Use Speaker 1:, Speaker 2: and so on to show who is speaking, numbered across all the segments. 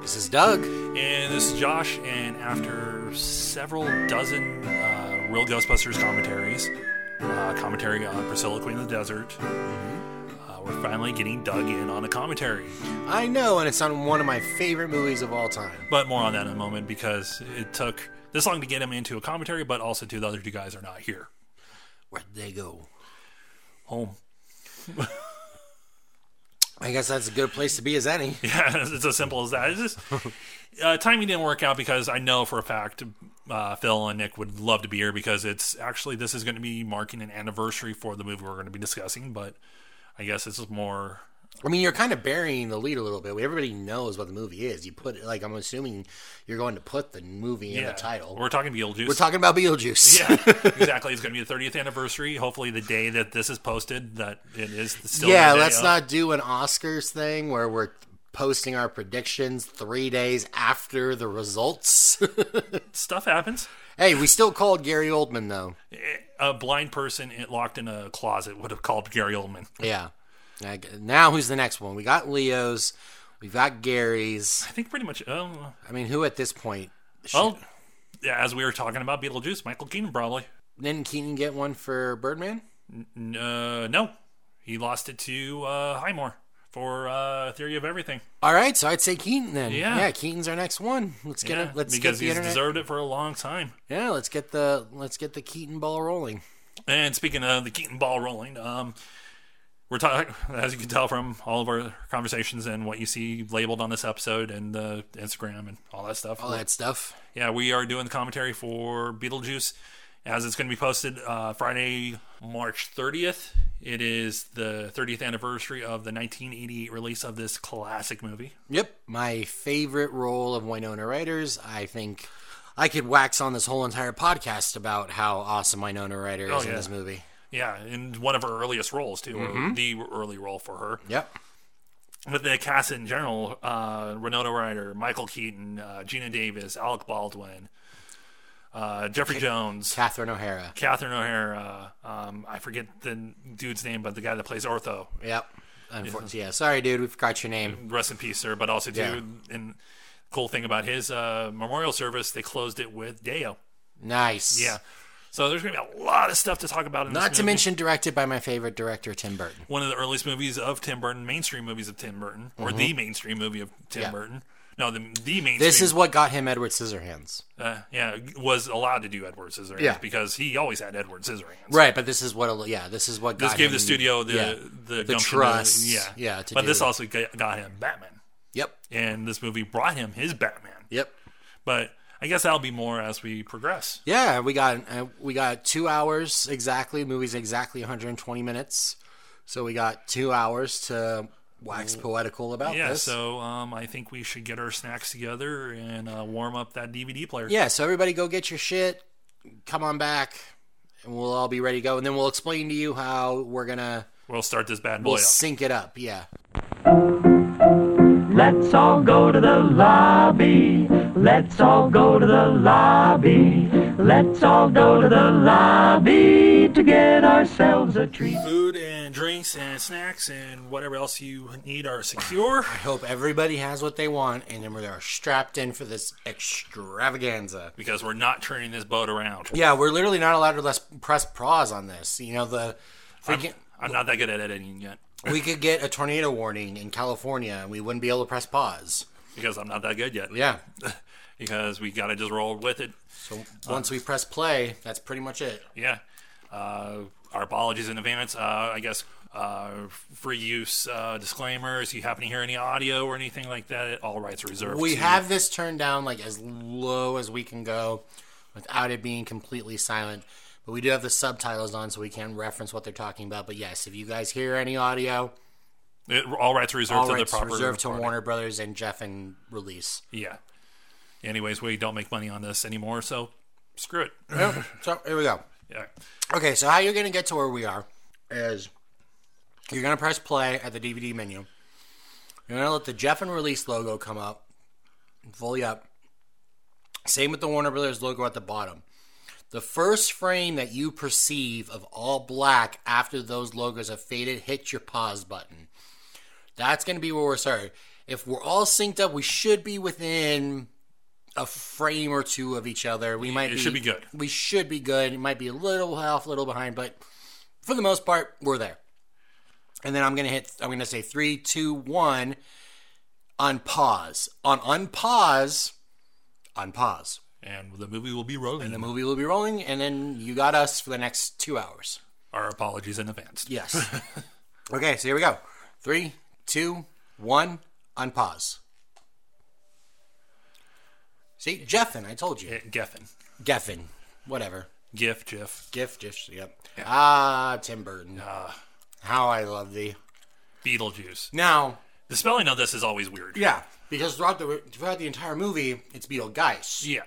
Speaker 1: This is Doug.
Speaker 2: And this is Josh, and after several dozen uh, real Ghostbusters commentaries, uh, commentary on Priscilla Queen of the Desert,
Speaker 3: Mm-hmm.
Speaker 2: uh, we're finally getting dug in on a commentary.
Speaker 1: I know, and it's on one of my favorite movies of all time.
Speaker 2: But more on that in a moment because it took this long to get him into a commentary, but also two the other two guys are not here.
Speaker 1: Where'd they go?
Speaker 2: Home.
Speaker 1: I guess that's a good place to be as any.
Speaker 2: Yeah, it's, it's as simple as that. It's just uh, timing didn't work out because I know for a fact uh, Phil and Nick would love to be here because it's actually this is going to be marking an anniversary for the movie we're going to be discussing. But I guess this is more
Speaker 1: I mean, you're kind of burying the lead a little bit. Everybody knows what the movie is. You put like I'm assuming you're going to put the movie in
Speaker 2: yeah.
Speaker 1: the title.
Speaker 2: We're talking Beetlejuice.
Speaker 1: We're talking about Beetlejuice.
Speaker 2: yeah, exactly. It's going to be the 30th anniversary. Hopefully, the day that this is posted, that it is still.
Speaker 1: yeah,
Speaker 2: the day
Speaker 1: let's
Speaker 2: of.
Speaker 1: not do an Oscars thing where we're posting our predictions three days after the results.
Speaker 2: Stuff happens.
Speaker 1: hey, we still called Gary Oldman though.
Speaker 2: A blind person in- locked in a closet would have called Gary Oldman.
Speaker 1: Yeah. I g- Now who's the next one? We got Leo's. We've got Gary's.
Speaker 2: I think pretty much. Um,
Speaker 1: I mean, who at this point? Should,
Speaker 2: well, yeah, as we were talking about Beetlejuice, Michael Keaton probably.
Speaker 1: didn't Keaton get one for Birdman?
Speaker 2: N- uh, no, he lost it to uh, Highmore for uh, Theory of Everything.
Speaker 1: All right, so I'd say Keaton then.
Speaker 2: Yeah.
Speaker 1: Keaton's our next one. Let's get
Speaker 2: Yeah,
Speaker 1: it. Let's get
Speaker 2: because
Speaker 1: the
Speaker 2: he's
Speaker 1: internet.
Speaker 2: deserved it for a long time.
Speaker 1: yeah, let's get the let's get the Keaton ball rolling.
Speaker 2: And speaking of the Keaton ball rolling, um, we're talking, as you can tell from all of our conversations and what you see labeled on this episode and the Instagram and all that stuff.
Speaker 1: All that stuff.
Speaker 2: Yeah, we are doing the commentary for Beetlejuice as it's going to be posted uh, Friday, March 30th. It is the 30th anniversary of the 1988 release of this classic movie.
Speaker 1: Yep. My favorite role of Winona Ryder's. I think I could wax on this whole entire podcast about how awesome Winona Ryder is
Speaker 2: Oh,
Speaker 1: in
Speaker 2: yeah.
Speaker 1: this movie.
Speaker 2: Yeah, in one of her earliest roles, too, or
Speaker 1: Mm-hmm.
Speaker 2: the early role for her.
Speaker 1: Yep.
Speaker 2: with the cast in general, uh, Renata Ryder, Michael Keaton, uh, Gina Davis, Alec Baldwin, uh, Jeffrey Jones,
Speaker 1: Catherine O'Hara.
Speaker 2: Catherine O'Hara. Um, I forget the dude's name, but the guy that plays Ortho.
Speaker 1: Yep. Unfortunately, yeah. Sorry, dude. We forgot your name.
Speaker 2: Rest in peace, sir. But also, too,
Speaker 1: Yeah.
Speaker 2: and cool thing about his uh, memorial service, they closed it with Deo.
Speaker 1: Nice.
Speaker 2: Yeah. So there's going to be a lot of stuff to talk about. In this
Speaker 1: Not to
Speaker 2: movie.
Speaker 1: mention directed by my favorite director, Tim Burton.
Speaker 2: one of the earliest movies of Tim Burton, mainstream movies of Tim Burton, or the mainstream movie of Tim
Speaker 1: Mm-hmm. Yeah.
Speaker 2: Burton. No, the the mainstream.
Speaker 1: This is what got him Edward Scissorhands.
Speaker 2: uh, yeah, was allowed to do Edward Scissorhands
Speaker 1: Yeah.
Speaker 2: because he always had Edward Scissorhands.
Speaker 1: Right, but this is what yeah, this is what
Speaker 2: This
Speaker 1: got
Speaker 2: gave
Speaker 1: him-
Speaker 2: the studio the
Speaker 1: yeah.
Speaker 2: the, gumption to-
Speaker 1: trust,
Speaker 2: yeah,
Speaker 1: yeah, to
Speaker 2: but
Speaker 1: do
Speaker 2: this
Speaker 1: it.
Speaker 2: also got got him Batman,
Speaker 1: Yep,
Speaker 2: and this movie brought him his Batman.
Speaker 1: yep,
Speaker 2: But I guess that'll be more as we progress.
Speaker 1: yeah. We got uh, we got two hours exactly. Movie's exactly 120 minutes, so we got two hours to wax poetical about
Speaker 2: Mm. Yeah,
Speaker 1: this.
Speaker 2: so um, I think we should get our snacks together and uh, warm up that DVD player.
Speaker 1: yeah, so everybody go get your shit. Come on back, and we'll all be ready to go. And then we'll explain to you how we're gonna
Speaker 2: We'll start this bad boy
Speaker 1: we'll
Speaker 2: up.
Speaker 1: sync it up. Yeah.
Speaker 4: Let's all go to the lobby. Let's all go to the lobby. Let's all go to the lobby to get ourselves a treat.
Speaker 2: Food and drinks and snacks and whatever else you need are secure.
Speaker 1: I hope everybody has what they want, and then we're strapped in for this extravaganza.
Speaker 2: because we're not turning this boat around.
Speaker 1: Yeah, we're literally not allowed to less press pause on this. You know, the freaking
Speaker 2: I'm not that good at editing yet
Speaker 1: we could get a tornado warning in California and we wouldn't be able to press pause.
Speaker 2: because I'm not that good yet.
Speaker 1: Yeah.
Speaker 2: Because we got to just roll with it.
Speaker 1: So uh, once we press play, that's pretty much it.
Speaker 2: Yeah. Uh, our apologies in advance. Uh, I guess uh, free use uh, disclaimers. You happen to hear any audio or anything like that, it, all rights reserved.
Speaker 1: We
Speaker 2: to-
Speaker 1: have this turned down like as low as we can go without it being completely silent. But we do have the subtitles on so we can reference what they're talking about. But yes, if you guys hear any audio,
Speaker 2: It, all rights are reserved
Speaker 1: All
Speaker 2: to the
Speaker 1: rights
Speaker 2: proper.
Speaker 1: reserved to
Speaker 2: recording.
Speaker 1: Warner Brothers and Jeff and release.
Speaker 2: Yeah. Anyways, we don't make money on this anymore, so screw it.
Speaker 1: so here we go.
Speaker 2: Yeah.
Speaker 1: Okay, so how you're gonna get to where we are is you're gonna press play at the DVD menu. You're gonna let the Jeff and Release logo come up, fully up. Same with the Warner Brothers logo at the bottom. The first frame that you perceive of all black after those logos have faded, hit your pause button. That's gonna be where we're starting. If we're all synced up, we should be within a frame or two of each other. We might
Speaker 2: It should be good.
Speaker 1: we should be good. It might be a little off, a little behind, but for the most part, we're there. And then I'm gonna hit. I'm gonna say three, two, one. Unpause. On unpause. Unpause.
Speaker 2: And the movie will be rolling.
Speaker 1: The movie will be rolling, and then you got us for the next two hours.
Speaker 2: Our apologies in advance.
Speaker 1: Yes. okay, so here we go. Three, two, one. Unpause. See, Jeffin, I told you.
Speaker 2: Eh, Geffen.
Speaker 1: Geffin, whatever.
Speaker 2: Gif, Jif,
Speaker 1: Gift, gift, yep. Ah, Tim Burton. How I love thee.
Speaker 2: Beetlejuice.
Speaker 1: Now,
Speaker 2: The spelling of this is always weird.
Speaker 1: yeah, because throughout the throughout the entire movie, it's Beetlegeist,
Speaker 2: Yeah.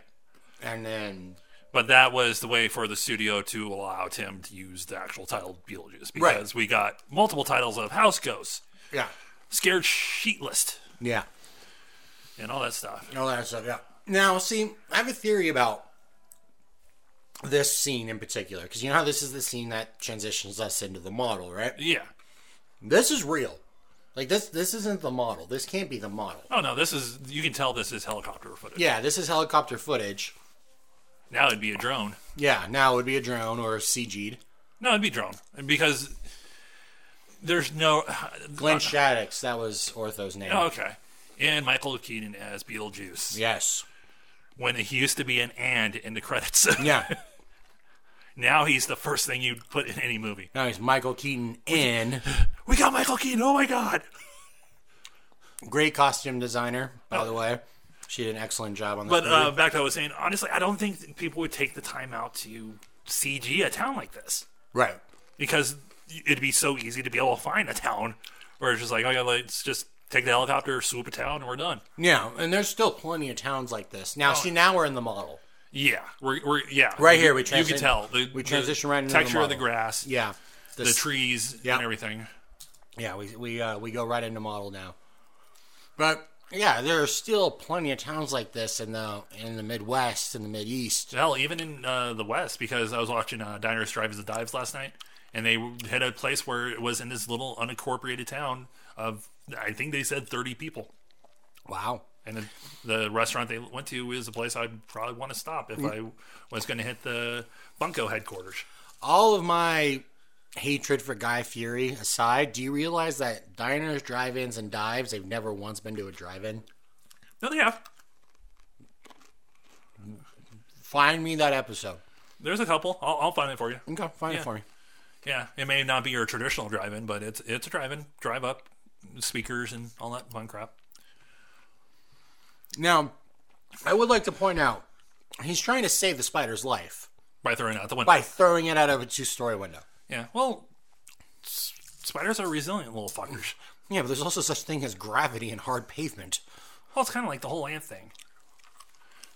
Speaker 1: and then
Speaker 2: But that was the way for the studio to allow Tim to use the actual title Beetlejuice because we got multiple titles of House Ghosts,
Speaker 1: yeah,
Speaker 2: Scared Sheet List,
Speaker 1: yeah,
Speaker 2: and all that stuff.
Speaker 1: all that stuff. Yeah. Now, see, I have a theory about this scene in particular because you know how this is the scene that transitions us into the model, right?
Speaker 2: Yeah.
Speaker 1: This is real. Like this, this isn't the model. This can't be the model.
Speaker 2: Oh, no, this is, you can tell this is helicopter footage.
Speaker 1: Yeah, this is helicopter footage.
Speaker 2: Now it'd be a drone.
Speaker 1: Yeah, now it would be a drone or CG'd.
Speaker 2: No, it'd be drone. Because there's no,
Speaker 1: Glenn Shaddix, that was Ortho's name.
Speaker 2: Uh-huh. Oh, okay. And Michael Keaton as Beetlejuice.
Speaker 1: Yes.
Speaker 2: When he used to be an and in the credits.
Speaker 1: Yeah.
Speaker 2: now he's the first thing you put in any movie.
Speaker 1: Now he's Michael Keaton in.
Speaker 2: We got Michael Keaton. Oh my God.
Speaker 1: Great costume designer, by the way. She did an excellent job on this
Speaker 2: Oh. But
Speaker 1: movie.
Speaker 2: uh, back to what I was saying, honestly, I don't think that people would take the time out to CG a town like this
Speaker 1: right.
Speaker 2: because it'd be so easy to be able to find a town where it's just like, oh yeah, let's just take the helicopter, swoop a town, and we're done.
Speaker 1: Yeah, and there's still plenty of towns like this. Now, see, now we're in the model.
Speaker 2: Yeah, we're, we're yeah
Speaker 1: Right here, we
Speaker 2: you can
Speaker 1: transition-
Speaker 2: tell the,
Speaker 1: we
Speaker 2: the
Speaker 1: transition right into the
Speaker 2: texture of the
Speaker 1: model.
Speaker 2: grass,
Speaker 1: Yeah.
Speaker 2: the trees,
Speaker 1: Yeah.
Speaker 2: and everything.
Speaker 1: Yeah, we we uh, we go right into model now. But yeah, there are still plenty of towns like this in the in the Midwest, in the Mid East.
Speaker 2: Hell, even in uh, the West, because I was watching uh, Diners, Drives, and Dives last night, and they hit a place where it was in this little unincorporated town of, I think they said 30 people.
Speaker 1: Wow.
Speaker 2: And the, the restaurant they went to is a place I'd probably want to stop if I was going to hit the Bunko headquarters.
Speaker 1: all of my hatred for Guy Fury aside, do you realize that diners, drive-ins, and dives—they've never once been to a drive-in?
Speaker 2: No, they have.
Speaker 1: Find me that episode.
Speaker 2: There's a couple. I'll, I'll find it for you.
Speaker 1: Okay, find it for me.
Speaker 2: Yeah, it may not be your traditional drive-in, but it's it's a drive-in, drive up, speakers and all that fun crap.
Speaker 1: Now, I would like to point out he's trying to save the spider's life
Speaker 2: By throwing out the window.
Speaker 1: by throwing it out of a two-story window.
Speaker 2: Yeah. Well, s- spiders are resilient little fuckers.
Speaker 1: Yeah, but there's also such thing as gravity and hard pavement.
Speaker 2: Well, it's kind of like the whole ant thing.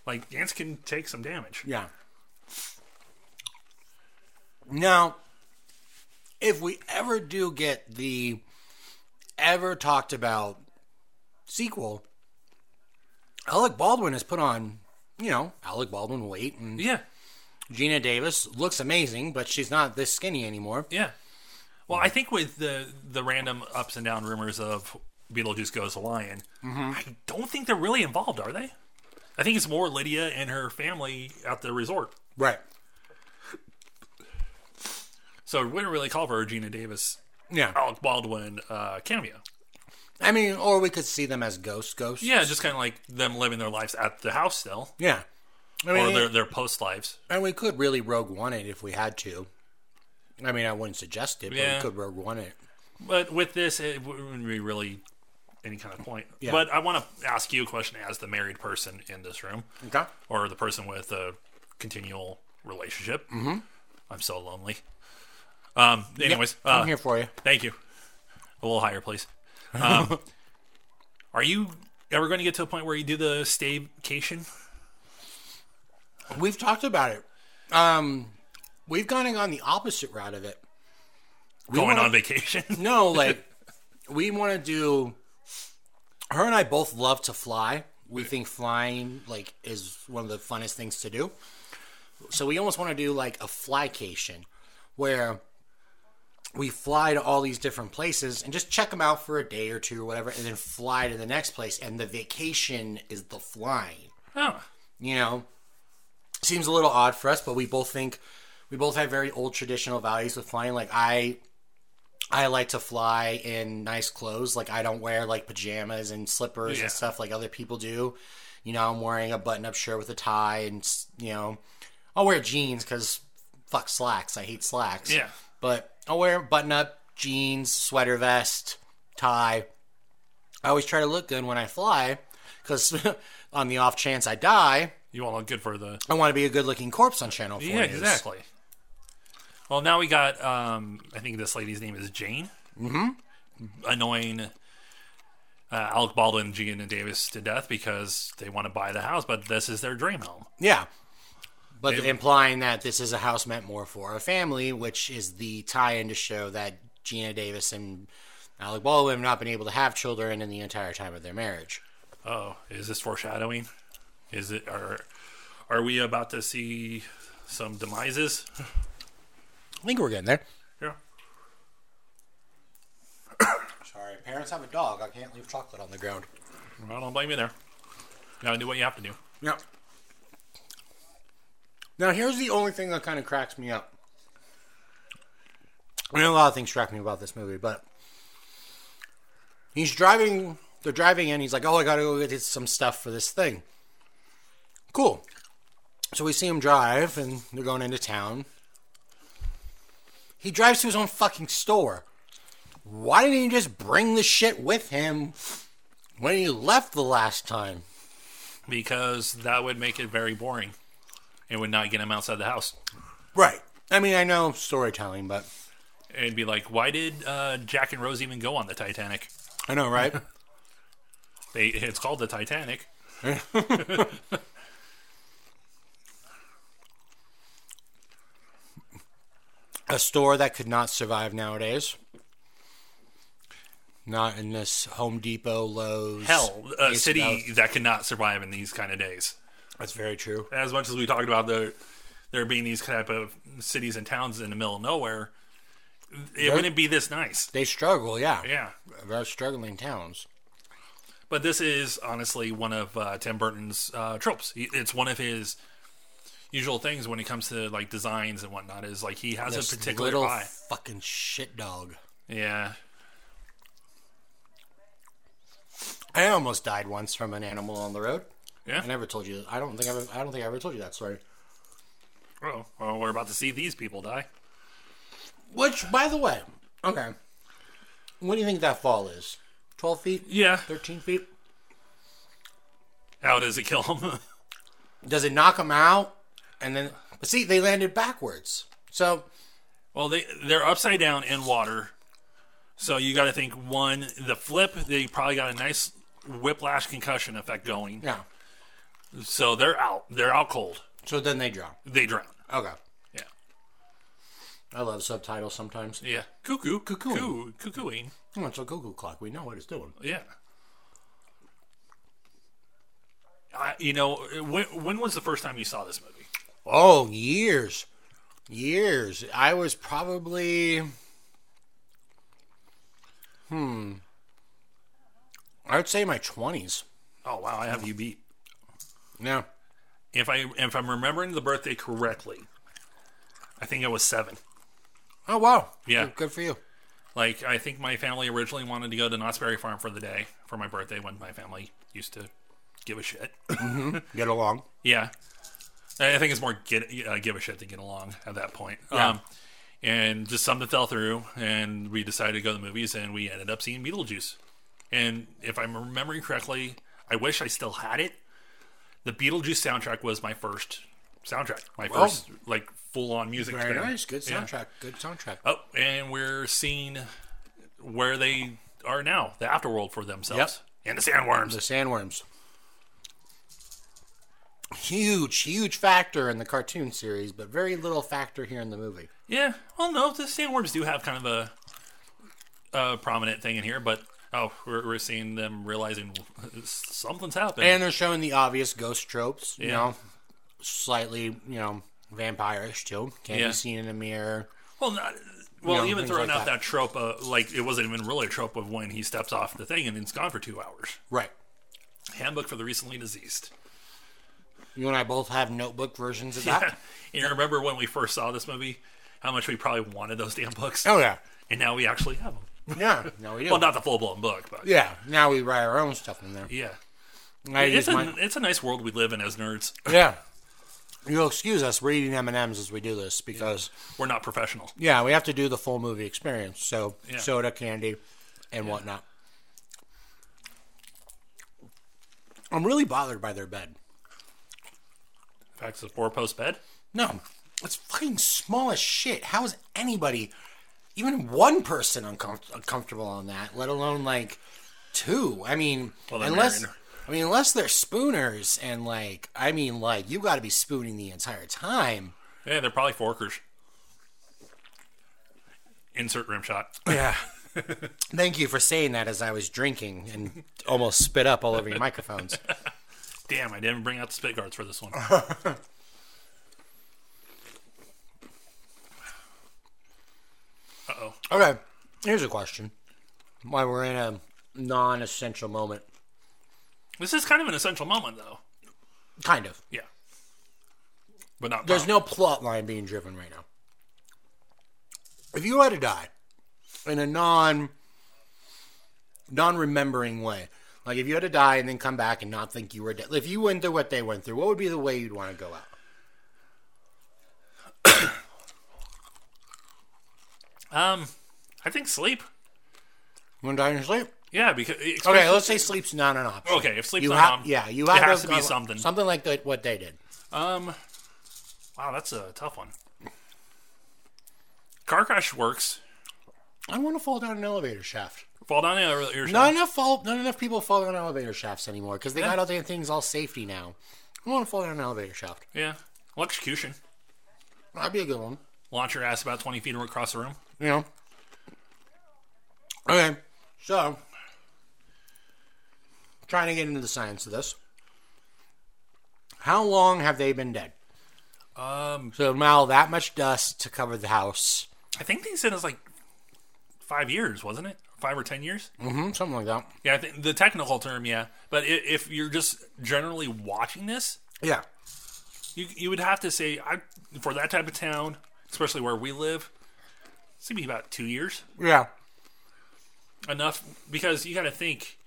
Speaker 2: Like ants can take some damage.
Speaker 1: Yeah. Now, if we ever do get the ever talked about sequel, Alec Baldwin has put on, you know, Alec Baldwin weight, and
Speaker 2: Yeah,
Speaker 1: Gina Davis looks amazing, but she's not this skinny anymore.
Speaker 2: yeah. Well, I think with the the random ups and down rumors of Beetlejuice goes to lion, I don't think they're really involved, are they? I think it's more Lydia and her family at the resort.
Speaker 1: Right.
Speaker 2: So we wouldn't really call for a Gina Davis,
Speaker 1: Yeah.
Speaker 2: Alec Baldwin uh, cameo.
Speaker 1: I mean, or we could see them as ghost ghosts.
Speaker 2: Yeah, just kind of like them living their lives at the house still,
Speaker 1: Yeah. I
Speaker 2: or
Speaker 1: mean,
Speaker 2: their their post lives.
Speaker 1: and we could really Rogue One it if we had to. I mean, I wouldn't suggest it, but
Speaker 2: Yeah.
Speaker 1: we could Rogue One it.
Speaker 2: But with this, it wouldn't be really any kind of point. But I want to ask you a question as the married person in this room,
Speaker 1: Okay.
Speaker 2: or the person with a continual relationship. Mm-hmm. I'm so lonely. Um. Anyways,
Speaker 1: I'm
Speaker 2: uh,
Speaker 1: here for you.
Speaker 2: thank you. A little higher, please. Um, are you ever going to get to a point where you do the staycation?
Speaker 1: We've talked about it. Um, we've gone and gone the opposite route of it.
Speaker 2: Going
Speaker 1: wanna-
Speaker 2: on vacation?
Speaker 1: No, like we want to do. Her and I both love to fly. We think flying like is one of the funnest things to do. So we almost want to do like a flycation, where we fly to all these different places and just check them out for a day or two or whatever, and then fly to the next place. And the vacation is the flying
Speaker 2: oh,
Speaker 1: you know, seems a little odd for us, but we both think we both have very old traditional values with flying. Like I, I like to fly in nice clothes. Like I don't wear like pajamas and slippers
Speaker 2: Yeah.
Speaker 1: and stuff like other people do. You know, I'm wearing a button-up shirt with a tie, and s- you know, I'll wear jeans because fuck slacks. I hate slacks.
Speaker 2: Yeah.
Speaker 1: but I'll wear button-up jeans, sweater vest, tie. I always try to look good when I fly, because on the off chance I die,
Speaker 2: you all look good for the
Speaker 1: I want to be a good looking corpse on Channel 4.
Speaker 2: yeah,
Speaker 1: News.
Speaker 2: exactly. Well, now we got. Um, I think this lady's name is Jane. Mm-hmm. Annoying uh, Alec Baldwin, and Gina Davis to death because they want to buy the house, but this is their dream home.
Speaker 1: Yeah. But implying that this is a house meant more for a family, which is the tie in to show that Gina Davis and Alec Baldwin have not been able to have children in the entire time of their marriage.
Speaker 2: Oh, is this foreshadowing? Is it? Are are we about to see some demises?
Speaker 1: I think we're getting there.
Speaker 2: Yeah.
Speaker 1: Sorry, parents have a dog. I can't leave chocolate on the ground.
Speaker 2: I don't blame you there. Gotta do what you have to do.
Speaker 1: Yeah. Now, here's the only thing that kind of cracks me up. I mean, a lot of things crack me about this movie, but he's driving. They're driving in. He's like, "Oh, I gotta go get some stuff for this thing." Cool. So we see him drive, and they're going into town. He drives to his own fucking store. Why didn't he just bring the shit with him when he left the last time?
Speaker 2: Because that would make it very boring. It would not get him outside the house.
Speaker 1: Right. I mean, I know storytelling, but
Speaker 2: It'd be like, why did uh, Jack and Rose even go on the Titanic?
Speaker 1: I know, right?
Speaker 2: They it's called the Titanic.
Speaker 1: a store that could not survive nowadays. Not in this Home Depot, Lowe's.
Speaker 2: Hell, a
Speaker 1: Ace
Speaker 2: city
Speaker 1: Valve-
Speaker 2: that could not survive in these kind of days.
Speaker 1: That's very true.
Speaker 2: As much as we talked about the there being these type of cities and towns in the middle of nowhere, it wouldn't be this nice.
Speaker 1: They struggle, yeah.
Speaker 2: Yeah.
Speaker 1: They're struggling towns.
Speaker 2: But this is honestly one of uh, Tim Burton's uh, tropes. He- It's one of his usual things when it comes to like designs and whatnot. Is like he has
Speaker 1: This
Speaker 2: a particular
Speaker 1: little
Speaker 2: eye.
Speaker 1: fucking shit dog.
Speaker 2: Yeah,
Speaker 1: I almost died once from an animal on the road.
Speaker 2: yeah.
Speaker 1: I never told you. I don't think I. ever- I don't think I ever told you that story.
Speaker 2: Oh, well, we're about to see these people die.
Speaker 1: Which, by the way, okay. What do you think that fall is? Twelve feet?
Speaker 2: Yeah.
Speaker 1: Thirteen feet?
Speaker 2: How does it kill them?
Speaker 1: Does it knock them out? And then, but see, they landed backwards. So
Speaker 2: well, they they're upside down in water, so you got to think one the flip. They probably got a nice whiplash concussion effect going,
Speaker 1: yeah.
Speaker 2: so they're out. They're out cold.
Speaker 1: So then they drown.
Speaker 2: They drown.
Speaker 1: Okay.
Speaker 2: Yeah,
Speaker 1: I love subtitles sometimes.
Speaker 2: yeah. Cuckoo, cuckoo, cuckooing.
Speaker 1: Oh, it's a cuckoo clock. We know what it's doing.
Speaker 2: Yeah. I, you know, when, when was the first time you saw this movie?
Speaker 1: Oh, years. Years. I was probably. Hmm. I would say my 20s.
Speaker 2: Oh wow, I have you beat.
Speaker 1: Yeah.
Speaker 2: If I if I'm remembering the birthday correctly, I think I was seven.
Speaker 1: Oh, wow.
Speaker 2: Yeah.
Speaker 1: Good- Good for you.
Speaker 2: Like I think my family originally wanted to go to Knott's Berry Farm for the day for my birthday when my family used to give a shit.
Speaker 1: Get along.
Speaker 2: yeah, I I think it's more get uh, give a shit to get along at that point. Um, and just something fell through, and we decided to go to the movies, and we ended up seeing Beetlejuice. And if I'm remembering correctly, I wish I still had it. The Beetlejuice soundtrack was my first soundtrack, my first like full on music.
Speaker 1: Very
Speaker 2: thing.
Speaker 1: nice. Good
Speaker 2: Yeah.
Speaker 1: soundtrack. Good soundtrack.
Speaker 2: Oh, and we're seeing where they are now the afterworld for themselves and the sandworms.
Speaker 1: The sandworms. Huge, huge factor in the cartoon series, but very little factor here in the movie.
Speaker 2: Yeah. Well, no, the sandworms do have kind of a, a prominent thing in here, but oh, we're, we're seeing them realizing something's happened.
Speaker 1: And they're showing the obvious ghost tropes, you
Speaker 2: Yeah.
Speaker 1: know, slightly, you know, vampirish too. Can't
Speaker 2: Yeah.
Speaker 1: be seen in a mirror.
Speaker 2: well, not. Well,
Speaker 1: know,
Speaker 2: even
Speaker 1: things
Speaker 2: throwing
Speaker 1: like
Speaker 2: out
Speaker 1: that.
Speaker 2: that, trope, of, like it wasn't even really a trope of when he steps off the thing and it's gone for two hours.
Speaker 1: Right.
Speaker 2: Handbook for the recently diseased.
Speaker 1: You and I both have notebook versions of
Speaker 2: and
Speaker 1: that.
Speaker 2: you remember when we first saw this movie, how much we probably wanted those damn books,
Speaker 1: Oh yeah.
Speaker 2: and now we actually have them.
Speaker 1: Yeah. No, we do.
Speaker 2: Well, not the full blown book, but
Speaker 1: yeah. Now we write our own stuff in there.
Speaker 2: yeah.
Speaker 1: I use
Speaker 2: It's a
Speaker 1: mine-
Speaker 2: it's a nice world we live in as nerds.
Speaker 1: yeah. You'll excuse us reading M and M's as we do this because
Speaker 2: We're not professional.
Speaker 1: yeah. we have to do the full movie experience. So
Speaker 2: Yeah.
Speaker 1: soda, candy, and whatnot. I'm really bothered by their bed.
Speaker 2: In fact, it's a four post bed.
Speaker 1: No, it's fucking small as shit. How is anybody, even one person, uncom- uncomfortable on that? Let alone like two. I mean,
Speaker 2: Well, they're
Speaker 1: unless
Speaker 2: married.
Speaker 1: I mean, unless they're spooners, and like I mean, like you got to be spooning the entire time.
Speaker 2: Yeah, they're probably forkers. Insert rim shot.
Speaker 1: Yeah. Thank you for saying that as I was drinking and almost spit up all over your microphones.
Speaker 2: Damn, I didn't bring out the spit guards for this one.
Speaker 1: Uh-huh. Okay, here's a question. Why we're in a non-essential moment,
Speaker 2: this is kind of an essential moment, though.
Speaker 1: kind of.
Speaker 2: Yeah, but not.
Speaker 1: There's
Speaker 2: prominent.
Speaker 1: no plot line being driven right now. If you had to die in a non non remembering way, like if you had to die and then come back and not think you were dead, if you went through what they went through, what would be the way you'd want to go out?
Speaker 2: Um, I think sleep.
Speaker 1: You want to die in your sleep?
Speaker 2: Yeah, because especially-
Speaker 1: Okay, let's say sleep's not an option.
Speaker 2: Okay, if sleep's
Speaker 1: you
Speaker 2: not
Speaker 1: ha-
Speaker 2: an option,
Speaker 1: yeah, you
Speaker 2: it
Speaker 1: have
Speaker 2: has to be
Speaker 1: go-
Speaker 2: something.
Speaker 1: something like the, what they did.
Speaker 2: Um, wow, that's a tough one. Car crash works.
Speaker 1: I want to fall down an elevator shaft.
Speaker 2: Fall down the other ear
Speaker 1: Not enough fall, not enough people fall down elevator shafts anymore because they got all their things all safety now. I want to fall down an elevator shaft.
Speaker 2: Yeah, electrocution.
Speaker 1: That'd be a good one.
Speaker 2: Launch your ass about twenty feet across the room.
Speaker 1: You know. Okay, so trying to get into the science of this. How long have they been dead? Um. So now that much dust to cover the house,
Speaker 2: I think they said it was like five years, wasn't it? Five or ten years.
Speaker 1: hmm something like that.
Speaker 2: Yeah, I think the technical term, yeah. But i- if you're just generally watching this,
Speaker 1: Yeah.
Speaker 2: you you would have to say I for that type of town, especially where we live, it's gonna be about two years
Speaker 1: Yeah.
Speaker 2: enough because you got to think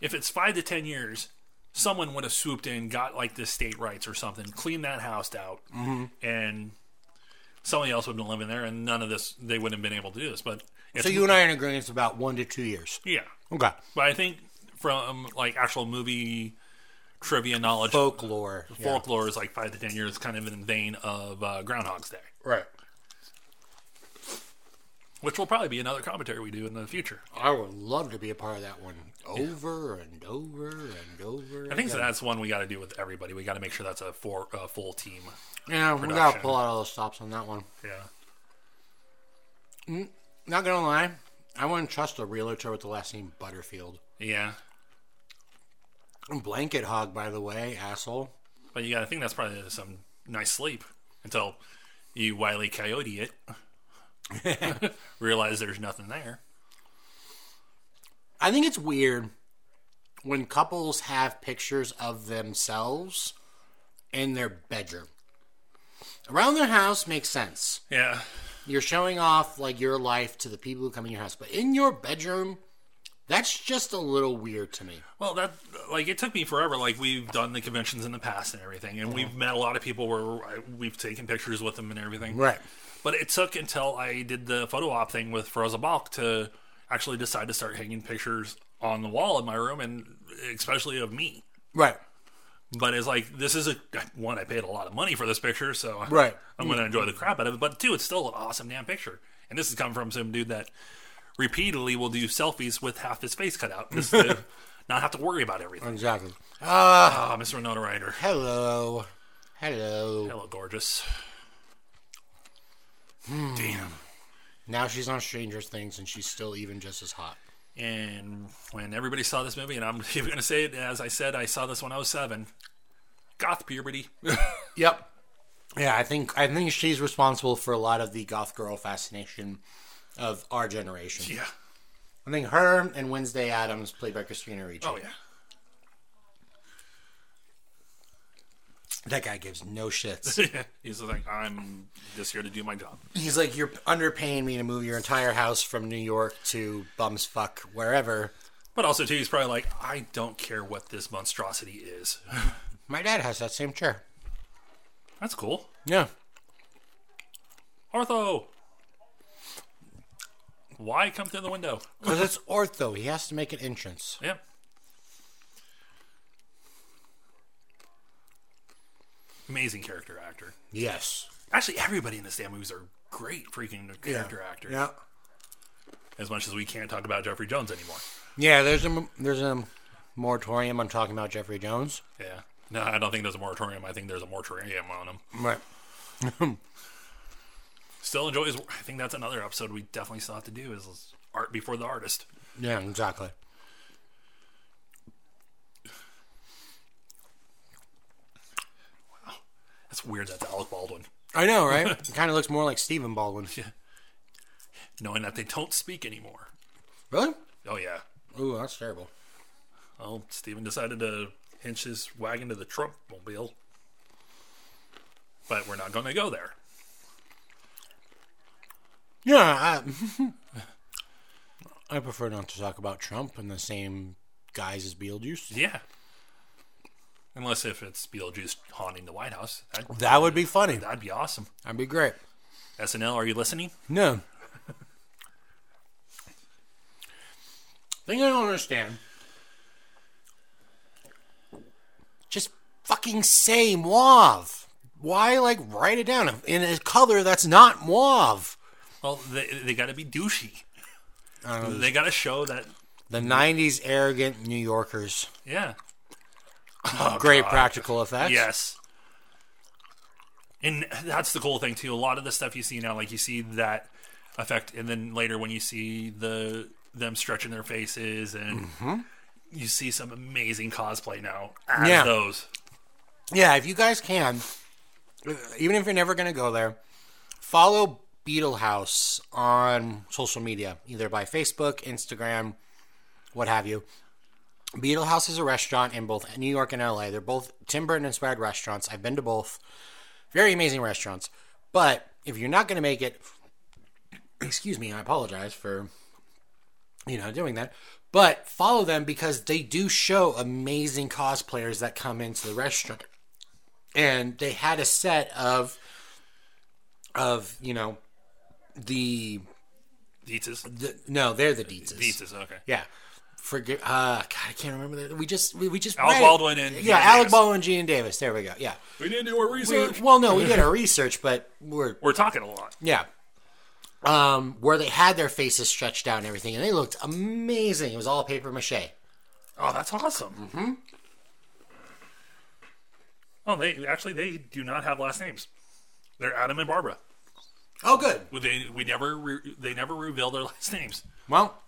Speaker 2: if it's five to ten years, someone would have swooped in, got like the state rights or something, cleaned that house out,
Speaker 1: Mm-hmm.
Speaker 2: and somebody else would have been living there, and none of this they wouldn't have been able to do this. But it's,
Speaker 1: So you and I are in agreement about one to two years.
Speaker 2: yeah,
Speaker 1: Okay.
Speaker 2: but I think from like actual movie trivia knowledge,
Speaker 1: Folklore. yeah.
Speaker 2: folklore is like five to ten years, kind of in the vein of uh, Groundhog's Day,
Speaker 1: Right.
Speaker 2: which will probably be another commentary we do in the future.
Speaker 1: I would love to be a part of that one over and over and over.
Speaker 2: I think so that's one we got to do with everybody. We got to make sure that's a four, uh, full team.
Speaker 1: Yeah, we gotta
Speaker 2: production.
Speaker 1: pull out all the stops on that one.
Speaker 2: Yeah,
Speaker 1: Not gonna lie, I wouldn't trust a realtor with the last name Butterfield.
Speaker 2: yeah.
Speaker 1: Blanket hog, by the way, asshole.
Speaker 2: But you got to think that's probably some nice sleep until you wily coyote it, realize there's nothing there.
Speaker 1: I think it's weird when couples have pictures of themselves in their bedroom. Around their house makes sense.
Speaker 2: Yeah,
Speaker 1: You're showing off like your life to the people who come in your house, but in your bedroom, that's just a little weird to me.
Speaker 2: Well, that like it took me forever. Like we've done the conventions in the past and everything, and we've met a lot of people where I- we've taken pictures with them and everything. But it took until I did the photo op thing with Feroza Balk to actually decide to start hanging pictures on the wall in my room, and especially of me.
Speaker 1: Right.
Speaker 2: But it's like this is a one I paid a lot of money for this picture, so
Speaker 1: Right.
Speaker 2: I'm going to enjoy the crap out of it. But two, it's still an awesome damn picture, and this has come from some dude that repeatedly will do selfies with half his face cut out just to not have to worry about everything.
Speaker 1: Exactly. Ah,
Speaker 2: Ah, Mr. Winona Ryder.
Speaker 1: hello. Hello.
Speaker 2: Hello, gorgeous. Damn.
Speaker 1: Now she's on Stranger Things and she's still even just as hot.
Speaker 2: And when everybody saw this movie, and I'm even going to say it as I said, I saw this when I was seven. Goth puberty.
Speaker 1: Yep. Yeah, I think I think she's responsible for a lot of the goth girl fascination of our generation.
Speaker 2: yeah.
Speaker 1: I think her and Wednesday Adams, played by Christina Ricci.
Speaker 2: Oh yeah.
Speaker 1: That guy gives no shits.
Speaker 2: He's like, I'm just here to do my job.
Speaker 1: He's like, you're underpaying me to move your entire house from New York to bumsfuck wherever.
Speaker 2: But also too, he's probably like, I don't care what this monstrosity is.
Speaker 1: My dad has that same chair.
Speaker 2: That's cool.
Speaker 1: Yeah.
Speaker 2: Ortho. Why come through the window?
Speaker 1: Because it's ortho. He has to make an entrance.
Speaker 2: Yeah. Amazing character actor.
Speaker 1: Yes.
Speaker 2: Actually, everybody in this damn movies are great freaking character actors.
Speaker 1: Yeah.
Speaker 2: As much as we can't talk about Jeffrey Jones anymore.
Speaker 1: Yeah, there's a, there's a moratorium on talking about Jeffrey Jones.
Speaker 2: Yeah. No, I don't think there's a moratorium. I think there's a moratorium on him.
Speaker 1: Right.
Speaker 2: Still enjoy his. I think that's another episode we definitely still have to do is art before the artist.
Speaker 1: Yeah, exactly.
Speaker 2: That's weird. That's Alec Baldwin.
Speaker 1: I know, right? it kind of looks more like Stephen Baldwin.
Speaker 2: Knowing that they don't speak anymore.
Speaker 1: Really?
Speaker 2: Oh yeah.
Speaker 1: Ooh, that's terrible.
Speaker 2: Well, Steven decided to hitch his wagon to the Trump mobile. But we're not going to go there.
Speaker 1: Yeah, I, I prefer not to talk about Trump in the same guise as Beetlejuice.
Speaker 2: Yeah. Unless if it's Beetlejuice haunting the White House, that,
Speaker 1: That would be funny.
Speaker 2: that'd be awesome.
Speaker 1: That'd be great.
Speaker 2: SNL, are you listening?
Speaker 1: No. Thing I don't understand. Just fucking say mauve. Why, like, write it down in a color that's not mauve?
Speaker 2: Well, they, they got to be douchey. They got to show that.
Speaker 1: The 90s arrogant New Yorkers.
Speaker 2: Yeah.
Speaker 1: Great practical effects.
Speaker 2: Yes. And that's the cool thing too. A lot of the stuff you see now, like you see that effect, and then later when you see the them stretching their faces, and you see some amazing cosplay now. Out
Speaker 1: Yeah.
Speaker 2: of those.
Speaker 1: Yeah, if you guys can, even if you're never going to go there, follow Beetlehouse on social media, either by Facebook, Instagram, what have you. Beetlehouse is a restaurant in both New York and LA. They're both Tim Burton inspired restaurants. I've been to both. Very amazing restaurants. But if you're not going to make it, excuse me, I apologize for you know doing that. But follow them because they do show amazing cosplayers that come into the restaurant and they had a set of of you know the,
Speaker 2: Dietzes.
Speaker 1: the no they're the Dietzes.
Speaker 2: Dietzes. Okay.
Speaker 1: yeah forget uh god i can't remember that we just we, we just
Speaker 2: Alec
Speaker 1: read it.
Speaker 2: Baldwin and
Speaker 1: yeah
Speaker 2: Gene
Speaker 1: alec
Speaker 2: Davis.
Speaker 1: baldwin and Gene davis there we go yeah
Speaker 2: We didn't do our
Speaker 1: we,
Speaker 2: research.
Speaker 1: well no we did our research but we're
Speaker 2: We're talking a lot.
Speaker 1: yeah. Um, where they had their faces stretched out and everything, and they looked amazing. It was all paper mache.
Speaker 2: Oh, that's awesome. Mm-hmm. Oh, they actually they do not have last names. They're Adam and Barbara.
Speaker 1: Oh, good.
Speaker 2: Well, They we never re- they never reveal their last names,
Speaker 1: Well,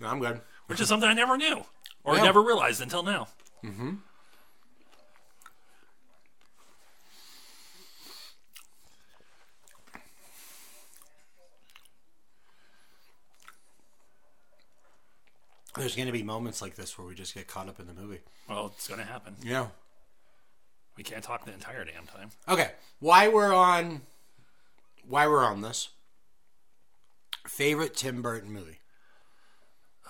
Speaker 1: no, I'm good.
Speaker 2: which is something I never knew or
Speaker 1: Yeah.
Speaker 2: never realized until now.
Speaker 1: There's going to be moments like this where we just get caught up in the movie.
Speaker 2: Well, it's gonna happen.
Speaker 1: Yeah.
Speaker 2: We can't talk the entire damn time.
Speaker 1: Okay. Why we're on? Why we're on this? Favorite Tim Burton movie?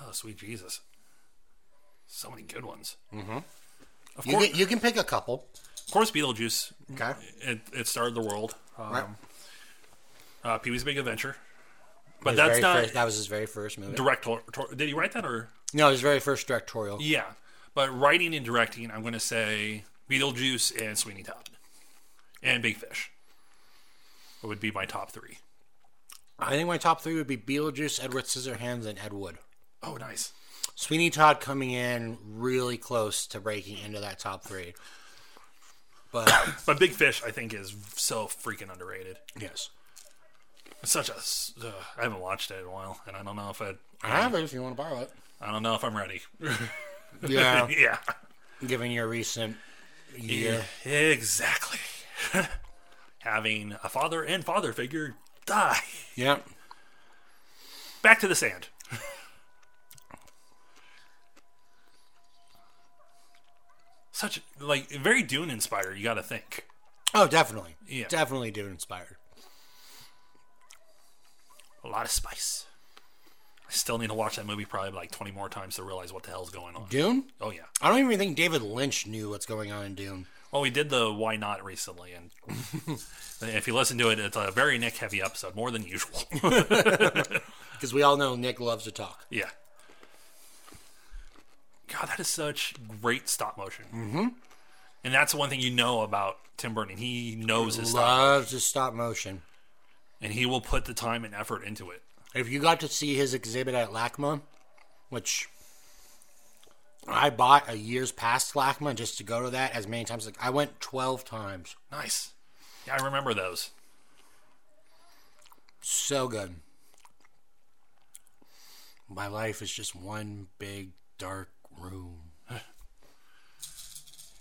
Speaker 2: Oh, sweet Jesus! So many good ones.
Speaker 1: Of course, you can, you can pick a couple.
Speaker 2: Of course, Beetlejuice.
Speaker 1: Okay.
Speaker 2: It, it started the world. Um,
Speaker 1: Right.
Speaker 2: uh, Pee Wee's Big Adventure. But
Speaker 1: His
Speaker 2: that's
Speaker 1: very
Speaker 2: not
Speaker 1: first- that was his very first movie.
Speaker 2: director. Did he write that or?
Speaker 1: no, his very first directorial.
Speaker 2: Yeah, but writing and directing, I'm going to say Beetlejuice and Sweeney Todd, and Big Fish. It would be my top three.
Speaker 1: I think my top three would be Beetlejuice, Edward Scissorhands, and Ed Wood.
Speaker 2: Oh, nice.
Speaker 1: Sweeney Todd coming in really close to breaking into that top three. But
Speaker 2: But Big Fish, I think, is so freaking underrated.
Speaker 1: yes,
Speaker 2: It's such a. s- ugh, I haven't watched it in a while, and I don't know if I.
Speaker 1: I have it if you want to borrow it.
Speaker 2: I don't know if I'm ready.
Speaker 1: Yeah,
Speaker 2: yeah.
Speaker 1: given your recent year,
Speaker 2: Exactly. Having a father and father figure die.
Speaker 1: yeah.
Speaker 2: Back to the sand. Such like very Dune inspired. You got to think.
Speaker 1: Oh, definitely,
Speaker 2: Yeah.
Speaker 1: definitely Dune inspired.
Speaker 2: A lot of spice. I still need to watch that movie probably like twenty more times to realize what the hell's going on.
Speaker 1: Dune.
Speaker 2: Oh yeah.
Speaker 1: I don't even think David Lynch knew what's going on in Dune.
Speaker 2: Well, we did the why not recently, and if you listen to it, it's a very Nick heavy episode, more than usual.
Speaker 1: Because we all know Nick loves to talk.
Speaker 2: yeah. God, that is such great stop motion. Mm-hmm. And that's one thing you know about Tim Burton. He knows his stuff,
Speaker 1: Loves his stop motion.
Speaker 2: and he will put the time and effort into it.
Speaker 1: If you got to see his exhibit at LACMA, which I bought a year's past LACMA just to go to that as many times. Like I went 12 times.
Speaker 2: Nice. Yeah, I remember those.
Speaker 1: So good. My life is just one big dark room.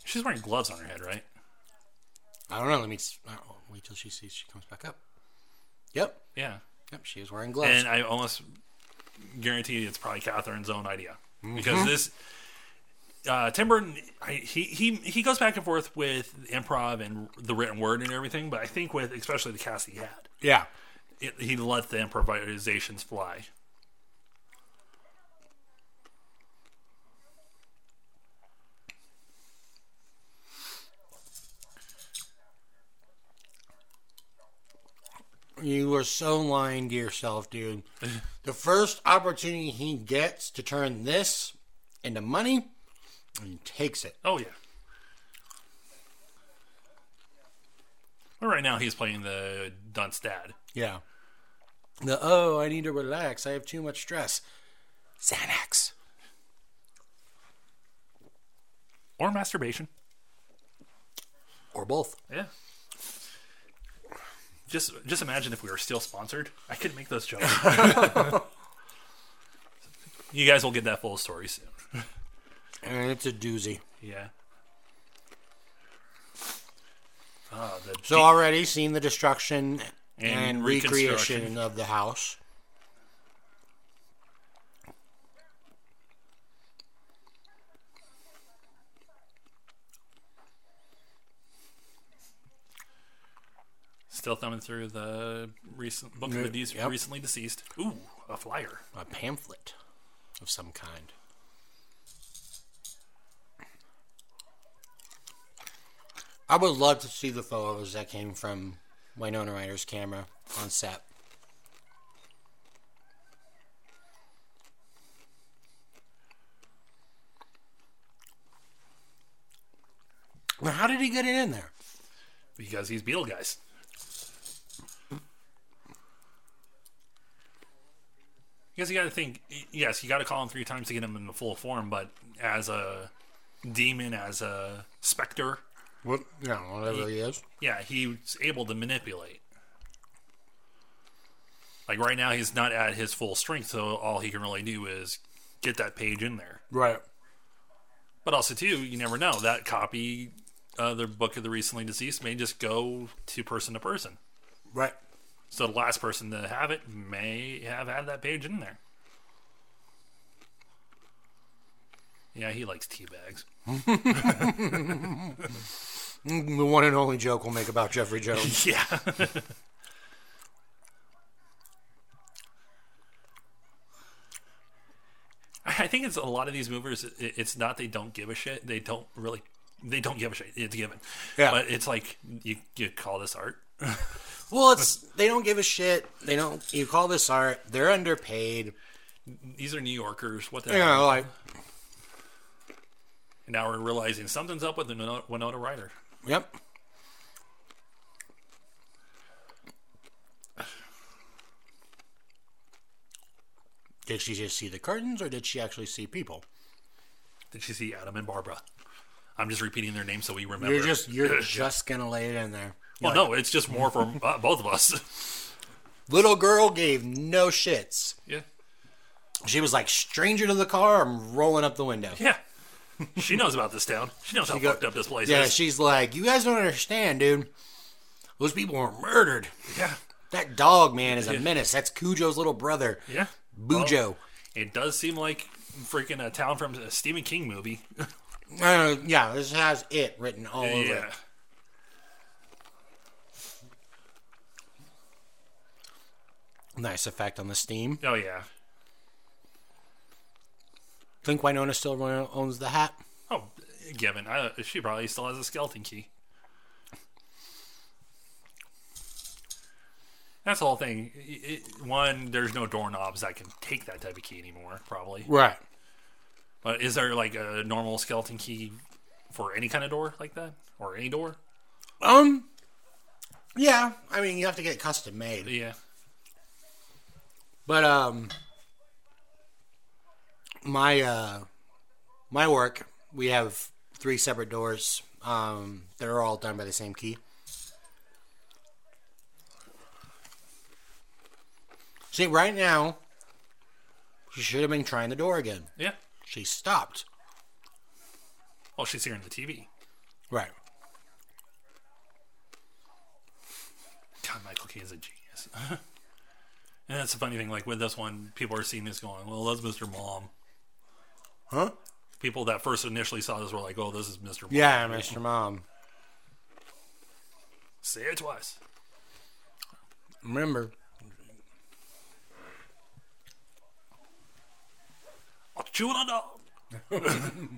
Speaker 2: She's wearing gloves on her head, right?
Speaker 1: I don't know. Let me s- oh, wait till she sees she comes back up. Yep.
Speaker 2: Yeah.
Speaker 1: Yep. She is wearing gloves.
Speaker 2: And I almost guarantee it's probably Catherine's own idea because this uh, Tim Burton I, he he he goes back and forth with improv and the written word and everything, but I think with especially the cast he had,
Speaker 1: yeah.
Speaker 2: it, he let the improvisations fly.
Speaker 1: You were so lying to yourself, dude. the first opportunity he gets to turn this into money, he takes it.
Speaker 2: Oh yeah. Well, right now he's playing the dunce dad.
Speaker 1: Yeah. The oh, I need to relax. I have too much stress. Xanax.
Speaker 2: or masturbation.
Speaker 1: Or both.
Speaker 2: Yeah. Just just imagine if we were still sponsored. I could make those jokes. you guys will get that full story soon.
Speaker 1: And it's a doozy.
Speaker 2: Yeah. Oh, the
Speaker 1: So already seen the destruction and,
Speaker 2: And
Speaker 1: recreation
Speaker 2: reconstruction.
Speaker 1: of the house.
Speaker 2: still thumbing through the recent book of the dece-
Speaker 1: Yep.
Speaker 2: recently deceased. Ooh, a flyer.
Speaker 1: A pamphlet of some kind. I would love to see the photos that came from Winona Ryder's camera on set. Now, how did he get it in there?
Speaker 2: because he's Beetle guys. Because you got to think, y- yes, you got to call him three times to get him in the full form, but as a demon, as a specter,
Speaker 1: What? Yeah, whatever he is.
Speaker 2: yeah, he's able to manipulate. Like right now, he's not at his full strength, so all he can really do is get that page in there.
Speaker 1: Right.
Speaker 2: But also, too, you never know. That copy, uh, the book of the recently deceased, may just go to person to person.
Speaker 1: Right.
Speaker 2: So the last person to have it may have had that page in there. Yeah, he likes tea bags.
Speaker 1: The one and only joke we'll make about Jeffrey Jones.
Speaker 2: Yeah. I I think it's a lot of these movers. i- It's not they don't give a shit. They don't really. They don't give a shit. It's given.
Speaker 1: Yeah.
Speaker 2: But it's like you you call this art.
Speaker 1: Well, it's they don't give a shit. They don't. You call this art? They're underpaid.
Speaker 2: These are New Yorkers. What the
Speaker 1: You
Speaker 2: hell?
Speaker 1: know, like
Speaker 2: And now we're realizing something's up with the Winona- Winona Ryder.
Speaker 1: yep. Did she just see the curtains or did she actually see people?
Speaker 2: Did she see Adam and Barbara? I'm just repeating their names so we remember.
Speaker 1: You're just you're just gonna lay it in there.
Speaker 2: well, no, it's just more for uh, both of us.
Speaker 1: Little girl gave no shits.
Speaker 2: Yeah,
Speaker 1: She was like, "Stranger to the car, I'm rolling up the window."
Speaker 2: yeah. She knows about this town. She knows how
Speaker 1: go-
Speaker 2: fucked up this place
Speaker 1: Yeah,
Speaker 2: is.
Speaker 1: she's like, "You guys don't understand, dude. Those people were murdered.
Speaker 2: yeah,
Speaker 1: That dog man is a menace. That's Cujo's little brother,
Speaker 2: yeah.
Speaker 1: Bujo."
Speaker 2: It does seem like freaking a town from a Stephen King movie.
Speaker 1: Uh, yeah, this has it written all over it.
Speaker 2: Oh. yeah.
Speaker 1: Nice effect on the steam.
Speaker 2: Oh yeah.
Speaker 1: Think Winona still run- owns the hat?
Speaker 2: Oh, given I, she probably still has a skeleton key. That's the whole thing. It- it- one, there's no doorknobs that can take that type of key anymore, probably.
Speaker 1: Right.
Speaker 2: But is there like a normal skeleton key for any kind of door like that, or any door?
Speaker 1: Um. Yeah, I mean you have to get it custom made,
Speaker 2: Yeah,
Speaker 1: but um, my uh, my work we have three separate doors. Um, they're all done by the same key. See, right now, she should have been trying the door again.
Speaker 2: yeah.
Speaker 1: She stopped.
Speaker 2: Well, she's hearing the TV.
Speaker 1: Right.
Speaker 2: God, Michael Key is a genius. and that's the funny thing. Like with this one, people are seeing this going, "Well, that's Mr. Mom."
Speaker 1: Huh?
Speaker 2: People that first initially saw this were like, "Oh, this is Mr. Mom."
Speaker 1: Yeah, Mr. Mom.
Speaker 2: Say it twice.
Speaker 1: Remember,
Speaker 2: I'll chew it on dog.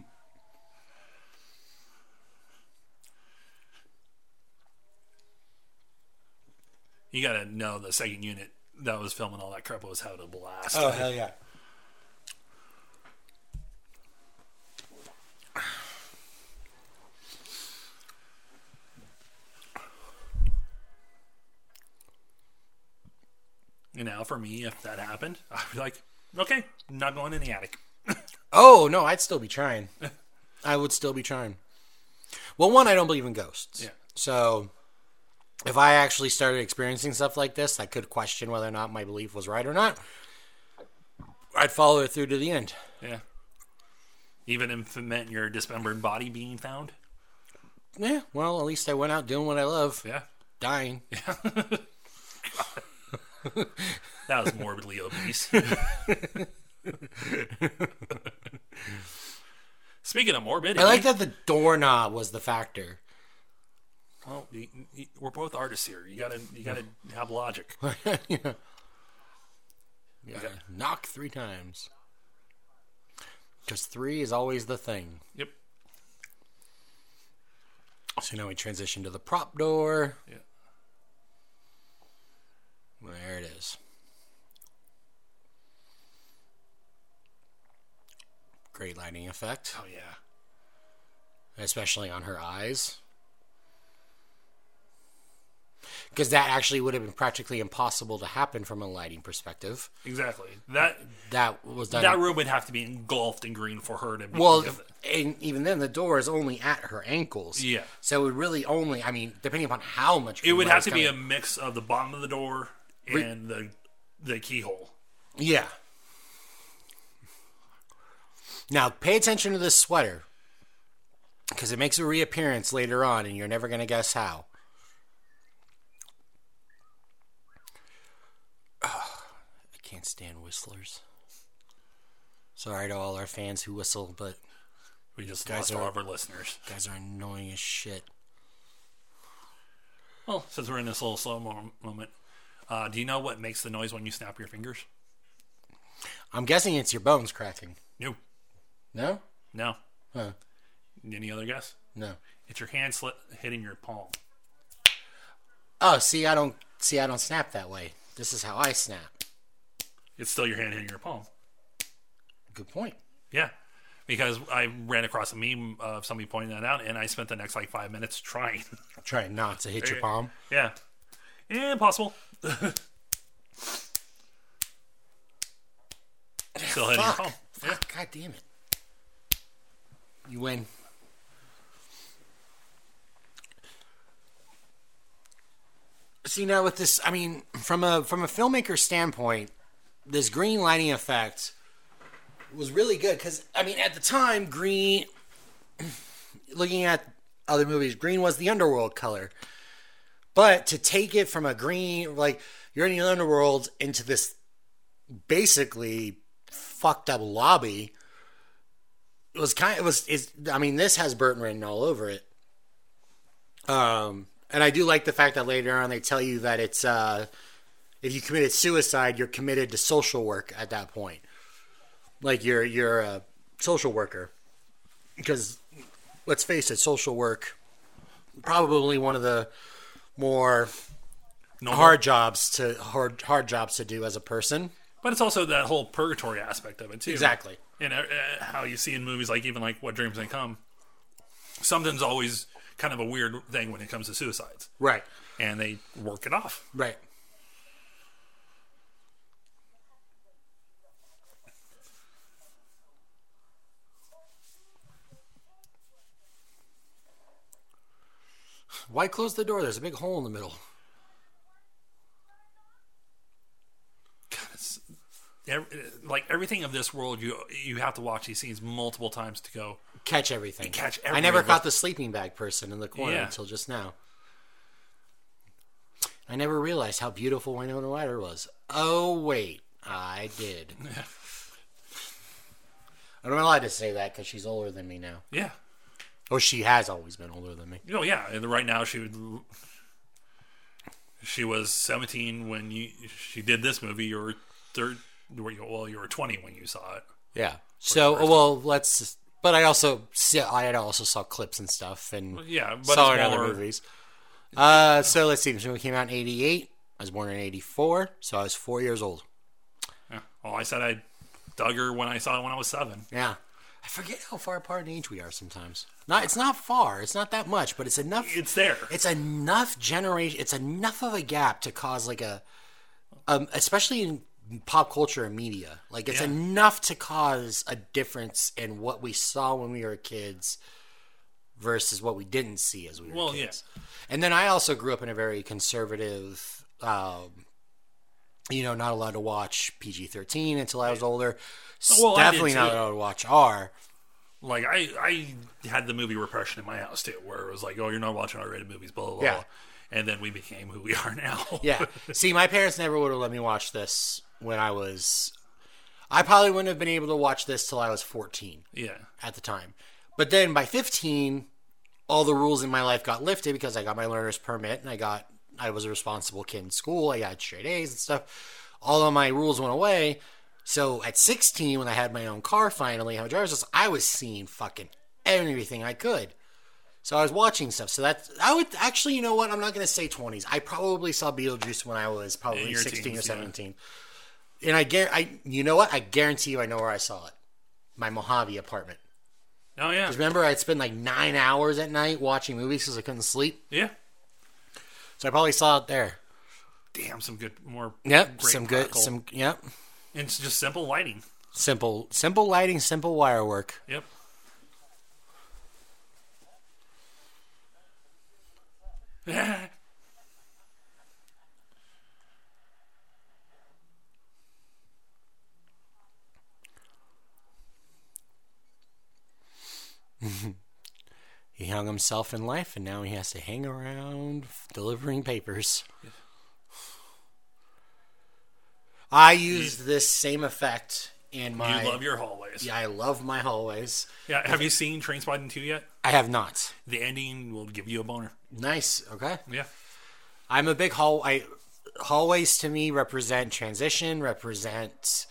Speaker 2: you gotta know the second unit that was filming all that crap was having a blast.
Speaker 1: Oh hell yeah!
Speaker 2: You know, for me, if that happened, I'd be like, okay, not going in the attic.
Speaker 1: Oh no, I'd still be trying. I would still be trying. Well, one, I don't believe in ghosts.
Speaker 2: Yeah.
Speaker 1: So, if I actually started experiencing stuff like this, I could question whether or not my belief was right or not. I'd follow it through to the end.
Speaker 2: Yeah. Even if it meant your dismembered body being found.
Speaker 1: Yeah. Well, at least I went out doing what I love,
Speaker 2: Yeah.
Speaker 1: dying.
Speaker 2: That was morbidly obese. Speaking of morbid,
Speaker 1: I like that the doorknob was the factor.
Speaker 2: Well, you, you, we're both artists here. You gotta, you gotta have logic.
Speaker 1: yeah. Knock three times. Because three is always the thing.
Speaker 2: Yep.
Speaker 1: So now we transition to the prop door.
Speaker 2: Yeah.
Speaker 1: There it is. Great lighting effect,
Speaker 2: Oh yeah.
Speaker 1: especially on her eyes. Because that actually would have been practically impossible to happen from a lighting perspective.
Speaker 2: Exactly. That
Speaker 1: That was done.
Speaker 2: that room would have to be engulfed in green for her to. Be
Speaker 1: Well, and even then, the door is only at her ankles.
Speaker 2: Yeah.
Speaker 1: So it really only, I mean, depending upon how much
Speaker 2: it would
Speaker 1: light
Speaker 2: have
Speaker 1: is
Speaker 2: to be a
Speaker 1: coming-
Speaker 2: mix of the bottom of the door and the the keyhole.
Speaker 1: yeah. Now pay attention to this sweater because it makes a reappearance later on, and you're never gonna guess how. Ugh, I can't stand whistlers. Sorry to all our fans who whistle, but
Speaker 2: We just lost
Speaker 1: Guys
Speaker 2: all
Speaker 1: are-
Speaker 2: of our listeners.
Speaker 1: you guys are annoying as shit.
Speaker 2: Well, since we're in this little slow mo- moment, uh, do you know what makes the noise when you snap your fingers?
Speaker 1: I'm guessing it's your bones cracking.
Speaker 2: No.
Speaker 1: No?
Speaker 2: No.
Speaker 1: Huh.
Speaker 2: Any other guess?
Speaker 1: No.
Speaker 2: It's your hand sli hitting your palm.
Speaker 1: Oh, see, I don't see. I don't snap that way. This is how I snap.
Speaker 2: It's still your hand hitting your palm.
Speaker 1: Good point.
Speaker 2: Yeah. Because I ran across a meme of somebody pointing that out, and I spent the next like five minutes trying.
Speaker 1: Try not to hit your palm.
Speaker 2: yeah. Impossible. still heading
Speaker 1: Fuck.
Speaker 2: home.
Speaker 1: Oh, Fuck, God damn it. You win. See now with this, I mean, from a from a filmmaker standpoint, this green lighting effect was really good because I mean, at the time, green. Looking at other movies, green was the underworld color, but to take it from a green, like you're in the underworld, into this basically fucked up lobby. It was kind. It was. Is I mean, this has Burton written all over it. Um, and I do like the fact that later on they tell you that it's uh, if you committed suicide, you're committed to social work at that point. Like you're you're a social worker, because let's face it, social work probably one of the more
Speaker 2: No
Speaker 1: hard jobs to hard hard jobs to do as a person.
Speaker 2: But it's also that whole purgatory aspect of it too.
Speaker 1: Exactly.
Speaker 2: And uh, uh, how you see in movies, like even like What Dreams May Come, something's always kind of a weird thing when it comes to suicides,
Speaker 1: Right.
Speaker 2: and they work it off.
Speaker 1: Right. Why close the door? There's a big hole in the middle.
Speaker 2: It's- every- like everything of this world, you you have to watch these scenes multiple times to go.
Speaker 1: Catch everything.
Speaker 2: Catch
Speaker 1: I never
Speaker 2: everything.
Speaker 1: caught the sleeping bag person in the corner
Speaker 2: Yeah.
Speaker 1: until just now. I never realized how beautiful Winona Ryder was. Oh wait, I did. I'm not allowed to say that because she's older than me now.
Speaker 2: Yeah.
Speaker 1: Oh, she has always been older than me.
Speaker 2: You know, yeah. And right now, she would. She was 17 when you she did this movie. You were third. Well, you were 20 when you saw it.
Speaker 1: Yeah. So oh, well, let's. But I also see- I had also saw clips and stuff and
Speaker 2: Yeah, but
Speaker 1: saw
Speaker 2: it's
Speaker 1: it in other
Speaker 2: more-
Speaker 1: movies. Uh, so let's see. This movie came out in '88. I was born in '84, so I was four years old.
Speaker 2: Yeah. Well, oh, I said I dug her when I saw it when I was seven.
Speaker 1: Yeah. I forget how far apart in age we are sometimes. Not it's not far. It's not that much, but it's enough.
Speaker 2: It's there.
Speaker 1: It's enough generation. It's enough of a gap to cause like a, um, especially in pop culture and media. Like it's
Speaker 2: Yeah.
Speaker 1: enough to cause a difference in what we saw when we were kids versus what we didn't see as we were
Speaker 2: Well,
Speaker 1: kids. And then I also grew up in a very conservative. Um, you know, not allowed to watch PG thirteen until I was older.
Speaker 2: Well, I did
Speaker 1: Definitely not
Speaker 2: too.
Speaker 1: allowed to watch R.
Speaker 2: Like I, I had the movie repression in my house too, where it was like, oh, you're not watching R-rated movies, blah blah blah.
Speaker 1: Yeah.
Speaker 2: And then we became who we are now.
Speaker 1: Yeah. See, my parents never would have let me watch this when I was. I probably wouldn't have been able to watch this till I was 14
Speaker 2: yeah.
Speaker 1: at the time. But then by 15, all the rules in my life got lifted because I got my learner's permit and I got. I was a responsible kid in school. I got straight A's and stuff. All of my rules went away. So at 16, when I had my own car finally, how driver's license, I was seeing fucking everything I could. So I was watching stuff. So that's I would actually, you know what? I'm not going to say 20s. I probably saw Beetlejuice when I was
Speaker 2: In
Speaker 1: probably
Speaker 2: your
Speaker 1: 16 or
Speaker 2: teens, yeah.
Speaker 1: 17. And I guar I you know what? I guarantee you I know where I saw it. My Mojave apartment.
Speaker 2: Oh yeah.
Speaker 1: Remember, I'd spend like nine hours at night watching movies because I couldn't sleep.
Speaker 2: Yeah.
Speaker 1: So I probably saw it there.
Speaker 2: Damn, some good, more.
Speaker 1: Yep,
Speaker 2: great
Speaker 1: some good,
Speaker 2: practical-
Speaker 1: some yep.
Speaker 2: And it's just simple lighting.
Speaker 1: Simple, simple lighting, simple wire work.
Speaker 2: Yep.
Speaker 1: He hung himself in life, and now he has to hang around f- delivering papers. I used this same effect in
Speaker 2: You
Speaker 1: my.
Speaker 2: love your hallways.
Speaker 1: Yeah, I love my hallways.
Speaker 2: Yeah. Have you seen Train Spotting Two yet?
Speaker 1: I have not.
Speaker 2: The ending will give you a boner.
Speaker 1: Nice. Okay.
Speaker 2: Yeah.
Speaker 1: I'm a big hall. I hallways to me represent transition. Represent.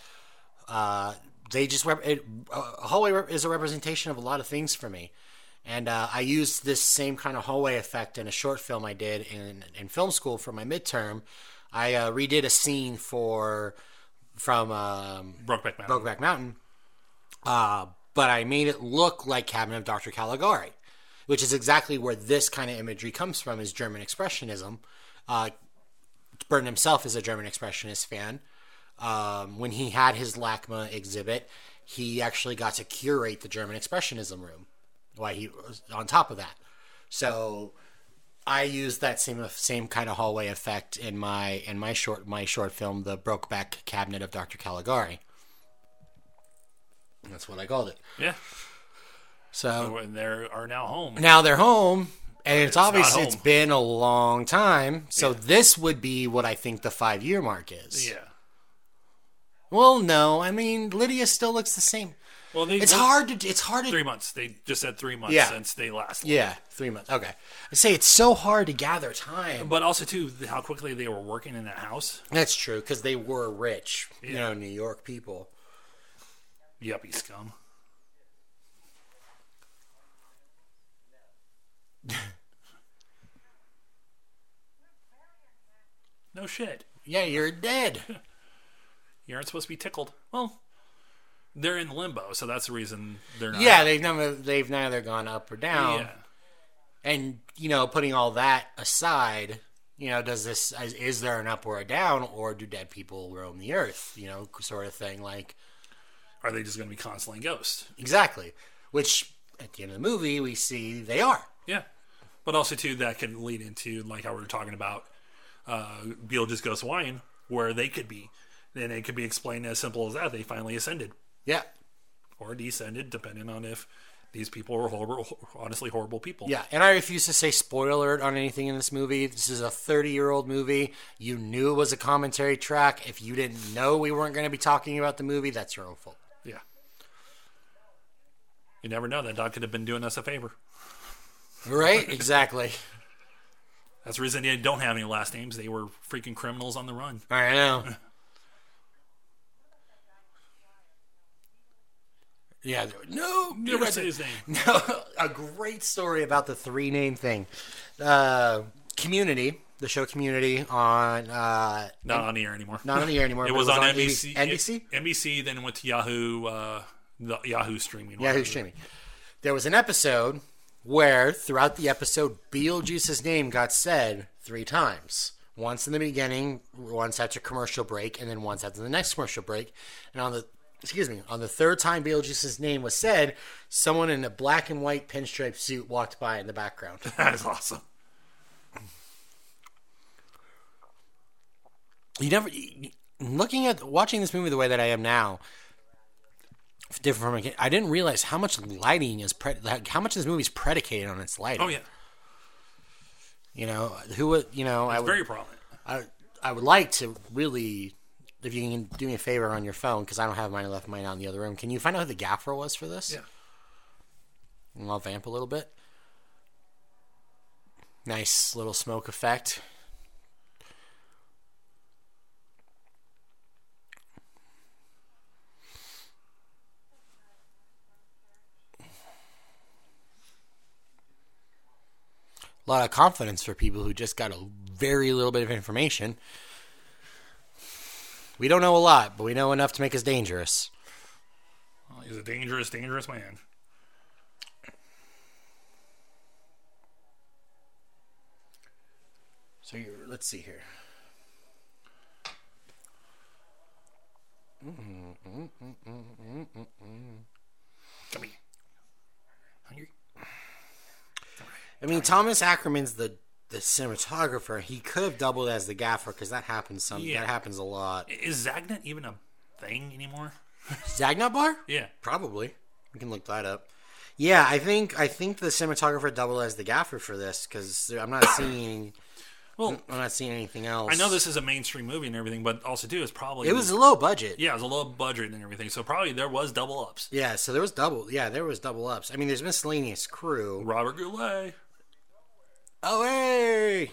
Speaker 1: Uh, they just rep, it, uh, hallway rep- is a representation of a lot of things for me, and uh, I used this same kind of hallway effect in a short film I did in in film school for my midterm. I uh, redid a scene for from um,
Speaker 2: Brokeback Mountain.
Speaker 1: Brokeback Mountain. Uh, but I made it look like Cabinet of Dr. Caligari, which is exactly where this kind of imagery comes from is German Expressionism. Uh, Burton himself is a German Expressionist fan. um, when he had his LACMA exhibit, he actually got to curate the German Expressionism room. Why he was on top of that. So I used that same same kind of hallway effect in my in my short my short film, The Brokeback Cabinet of Dr. Caligari. That's what I called it.
Speaker 2: Yeah.
Speaker 1: So
Speaker 2: And they are now home.
Speaker 1: now they're home and it's,
Speaker 2: not
Speaker 1: obvious
Speaker 2: home.
Speaker 1: it's been a long time so this would be what i think the five year mark is
Speaker 2: Yeah.
Speaker 1: well no i mean lydia still looks the same
Speaker 2: Well, they,
Speaker 1: it's hard to it's hard to
Speaker 2: Three months. They just said three months
Speaker 1: Yeah.
Speaker 2: since they last.
Speaker 1: yeah three months okay i say it's so hard to gather time
Speaker 2: But also too, how quickly they were working in that house.
Speaker 1: that's true because they were rich you
Speaker 2: Yeah.
Speaker 1: know new york people
Speaker 2: Yuppie scum. no shit.
Speaker 1: yeah you're dead
Speaker 2: You aren't supposed to be tickled. Well, they're in limbo, so that's the reason they're not.
Speaker 1: yeah they've never they've neither gone up or down
Speaker 2: Yeah.
Speaker 1: and you know putting all that aside you know does this is, is there an up or a down or do dead people roam the earth you know sort of thing like
Speaker 2: Are they just going to be constantly ghosts?
Speaker 1: exactly which at the end of the movie we see they are
Speaker 2: Yeah. But also, too, that could lead into, like how we were talking about uh, Beetlejuice Ghost Wine, where they could be. And it could be explained as simple as that. They finally ascended
Speaker 1: yeah
Speaker 2: or descended, depending on if these people were horrible, honestly horrible people.
Speaker 1: yeah and i refuse to say spoiler alert on anything in this movie this is a 30 year old movie you knew it was a commentary track if you didn't know we weren't going to be talking about the movie that's your own fault
Speaker 2: Yeah. You never know. That dog could have been doing us a favor.
Speaker 1: right exactly
Speaker 2: That's the reason they don't have any last names. They were freaking criminals on the run.
Speaker 1: i know yeah they were, no
Speaker 2: You never say his name.
Speaker 1: No, a great story about the three name thing. Uh, community, the show Community on uh,
Speaker 2: Not on the air anymore.
Speaker 1: not on the air anymore.
Speaker 2: It
Speaker 1: but
Speaker 2: was, on, NBC.
Speaker 1: ABC NBC,
Speaker 2: It- NBC, then it went to Yahoo, uh, the Yahoo streaming.
Speaker 1: Yahoo streaming. There was an episode where throughout the episode, Beetlejuice's name got said three times. Once in the beginning, once after commercial break, and then once after the next commercial break. And on the excuse me, on the third time Beetlejuice's name was said, someone in a black and white pinstripe suit walked by in the background.
Speaker 2: That is awesome.
Speaker 1: you never you- looking at watching this movie the way that I am now. Different from a kid, I didn't realize how much lighting is pred- like, how much this movie is predicated on its lighting.
Speaker 2: Oh yeah,
Speaker 1: you know who would you know I would
Speaker 2: very prominent.
Speaker 1: I I would like to really if you can do me a favor on your phone because I don't have mine left mine out in the other room. Can you find out who the gaffer was for this?
Speaker 2: Yeah.
Speaker 1: and I'll vamp a little bit. Nice little smoke effect. A lot of confidence for people who just got a very little bit of information. We don't know a lot, but we know enough to make us dangerous.
Speaker 2: Well, he's a dangerous, dangerous man.
Speaker 1: So you're, let's see here.
Speaker 2: Come here. Hungry?
Speaker 1: I mean, Thomas Ackerman's the the cinematographer. He could have doubled as the gaffer because that happens some.
Speaker 2: Yeah.
Speaker 1: That happens a lot.
Speaker 2: Is Zagnut even a thing anymore?
Speaker 1: Zagnut bar?
Speaker 2: Yeah.
Speaker 1: Probably. We can look that up. Yeah, I think I think the cinematographer doubled as the gaffer for this because I'm not seeing
Speaker 2: Well,
Speaker 1: I'm not seeing anything else.
Speaker 2: I know this is a mainstream movie and everything, but also too, it's probably
Speaker 1: It was a low budget.
Speaker 2: yeah, it was a low budget and everything, so probably there was double ups.
Speaker 1: Yeah, so there was double. Yeah, there was double ups. I mean, there's miscellaneous crew.
Speaker 2: Robert Goulet.
Speaker 1: Oh hey.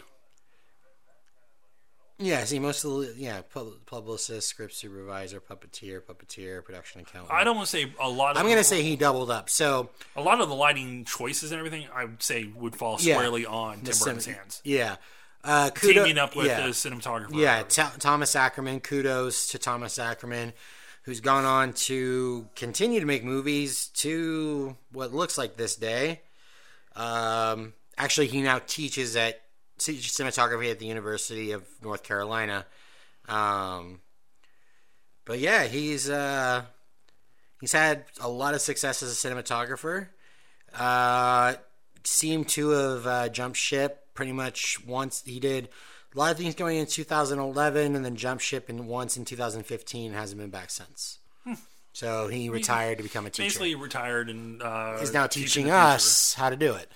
Speaker 1: Yeah, see most of the yeah pub- publicist, script supervisor, puppeteer, puppeteer, production accountant.
Speaker 2: I don't want to say a lot. Of,
Speaker 1: I'm gonna say he doubled up. So
Speaker 2: a lot of the lighting choices and everything. I would say would fall
Speaker 1: Yeah.
Speaker 2: squarely on Tim
Speaker 1: sim-
Speaker 2: Burton's hands.
Speaker 1: yeah, uh, kudo-
Speaker 2: Teaming up with
Speaker 1: yeah.
Speaker 2: the cinematographer.
Speaker 1: yeah Ta- Thomas Ackerman. Kudos to Thomas Ackerman, who's gone on to continue to make movies to what looks like this day. Um, actually, he now teaches at teaches cinematography at the University of North Carolina. Um, But yeah, he's uh, he's had a lot of success as a cinematographer. Uh, seemed to have uh, jumped ship pretty much once. He did a lot of things going in 2011, and then jumped ship in once in 2015. Hasn't been back since. So he retired to become a teacher.
Speaker 2: Hmm. Basically retired and uh,
Speaker 1: he's now
Speaker 2: teaching
Speaker 1: teaching
Speaker 2: the future.
Speaker 1: us how to do it.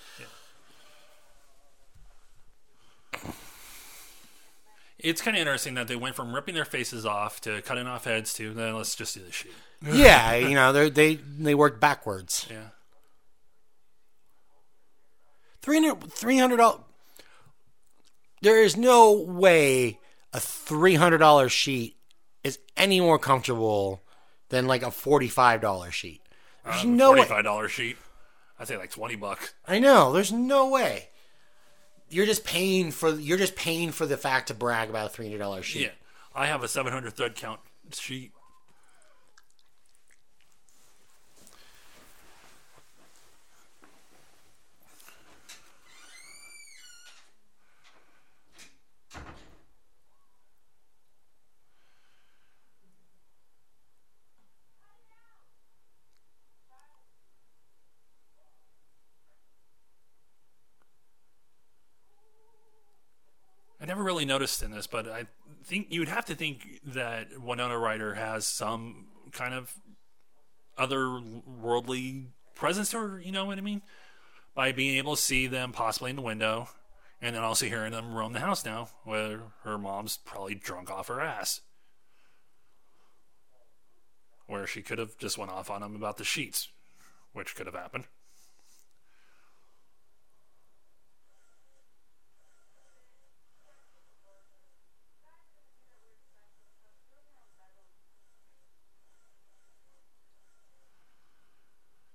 Speaker 2: It's kind of interesting that they went from ripping their faces off to cutting off heads to then let's just do this shit.
Speaker 1: yeah, you know they they they worked backwards.
Speaker 2: Yeah.
Speaker 1: 300 $300 there is no way a $300 sheet is any more comfortable than like a $45 sheet there's no way
Speaker 2: Uh, Forty-five dollar sheet. I say like twenty bucks.
Speaker 1: i know there's no way you're just paying for you're just paying for the fact to brag about a $300 sheet
Speaker 2: Yeah. I have a seven hundred thread count sheet. I never really noticed in this, but I think you'd have to think that Winona Ryder has some kind of otherworldly presence, or you know what I mean, by being able to see them possibly in the window, and then also hearing them roam the house now, where her mom's probably drunk off her ass, where she could have just went off on him about the sheets, which could have happened.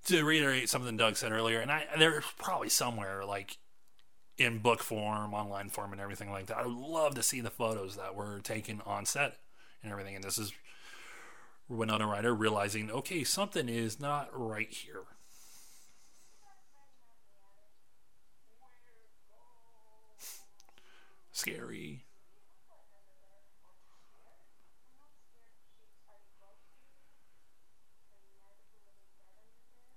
Speaker 2: to reiterate something Doug said earlier, and I there's probably somewhere like in book form, online form, and everything like that. I would love to see the photos that were taken on set and everything. And this is Winona Ryder realizing, okay, something is not right here. Scary.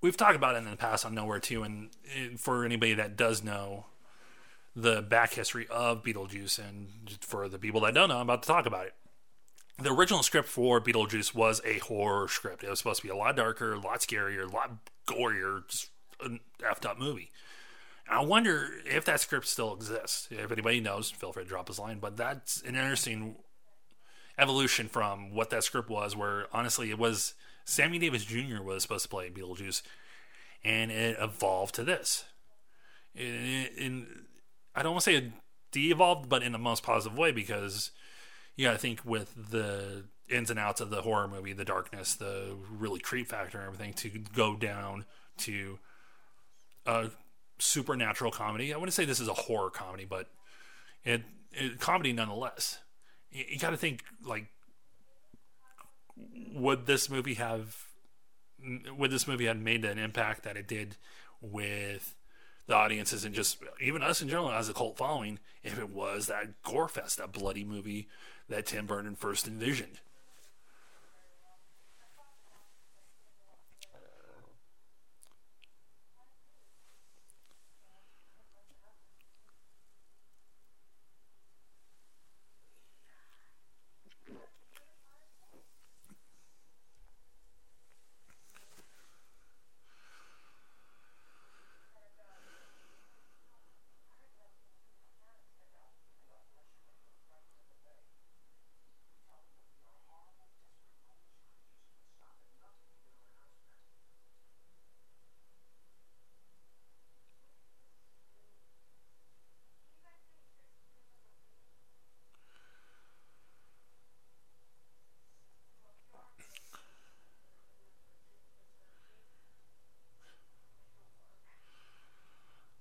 Speaker 2: we've talked about it in the past on Nowhere Too, and uh, for anybody that does know the back history of Beetlejuice, and for the people that don't know, I'm about to talk about it. The original script for Beetlejuice was a horror script. It was supposed to be a lot darker, a lot scarier, a lot gorier, just an effed up movie. And I wonder if that script still exists. If anybody knows, feel free to drop us a line. But that's an interesting evolution from what that script was, where honestly it was Sammy Davis Jr. was supposed to play Beetlejuice, and it evolved to this. In, in- I don't want to say it de-evolved, but in the most positive way, because you got to think with the ins and outs of the horror movie, the darkness, the really creep factor, and everything to go down to a supernatural comedy. I wouldn't say this is a horror comedy, but it, it comedy nonetheless you, you got to think like would this movie have would this movie have made an impact that it did with the audiences and just even us in general as a cult following if it was that gore fest that bloody movie that tim burton first envisioned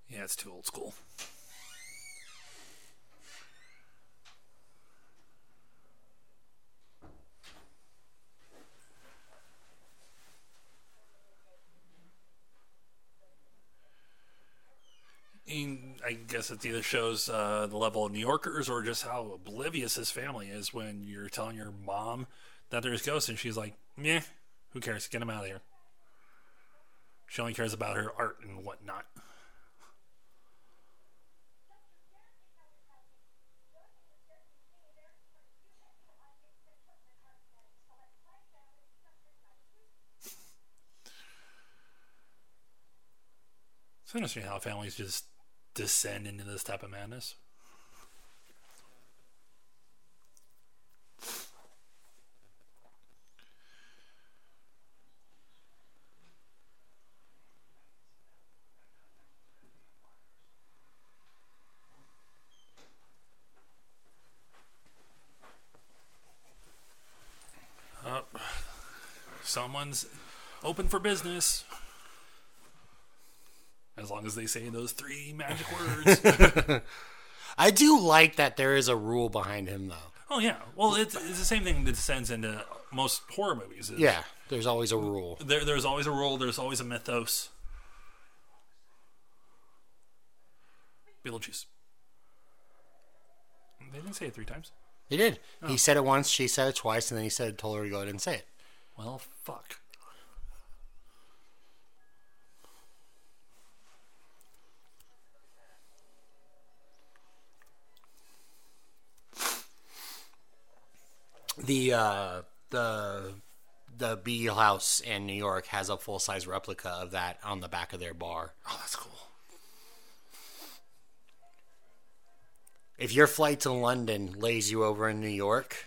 Speaker 2: yeah it's too old school in, I guess it either shows uh, the level of New Yorkers or just how oblivious his family is when you're telling your mom that there's ghosts, and she's like, "Yeah, who cares? Get them out of here." She only cares about her art and whatnot. It's interesting how families just descend into this type of madness. Oh, someone's open for business. As long as they say those three magic words.
Speaker 1: I do like that there is a rule behind him, though.
Speaker 2: oh yeah. Well, it's, it's the same thing that descends into most horror movies. is
Speaker 1: Yeah, there's always a rule.
Speaker 2: There, there's always a rule. There's always a mythos. Beetlejuice. They didn't say it three times.
Speaker 1: He did.
Speaker 2: Oh.
Speaker 1: He said it once, she said it twice, and then he said, told her to go ahead and say it.
Speaker 2: Well, fuck.
Speaker 1: The uh, the the Bee House in New York has a full size replica of that on the back of their bar.
Speaker 2: Oh, that's cool.
Speaker 1: If your flight to London lays you over in New York,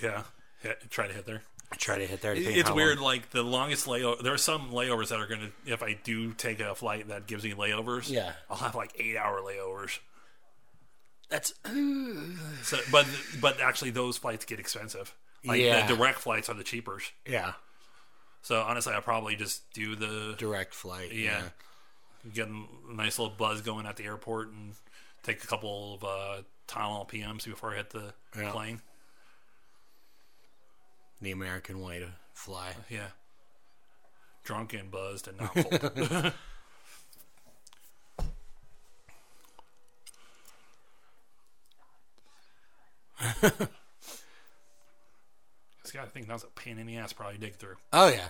Speaker 2: Yeah. Hit, try to hit there.
Speaker 1: try to hit there. depending
Speaker 2: It's
Speaker 1: how
Speaker 2: weird.
Speaker 1: long-
Speaker 2: Like the longest layover. There are some layovers that are gonna. If I do take a flight that gives me layovers,
Speaker 1: Yeah.
Speaker 2: I'll have like eight hour layovers.
Speaker 1: That's
Speaker 2: So, but but actually, those flights get expensive. Like
Speaker 1: Yeah.
Speaker 2: the direct flights are the cheapers.
Speaker 1: yeah,
Speaker 2: So honestly, I probably just do the
Speaker 1: direct flight.
Speaker 2: yeah, get a nice little buzz going at the airport and take a couple of uh, Tylenol PMs before I hit the
Speaker 1: Yeah.
Speaker 2: plane.
Speaker 1: the American way to fly.
Speaker 2: Yeah, drunk and buzzed and not full. This guy, I think that was a pain in the ass. Probably dig through.
Speaker 1: Oh yeah.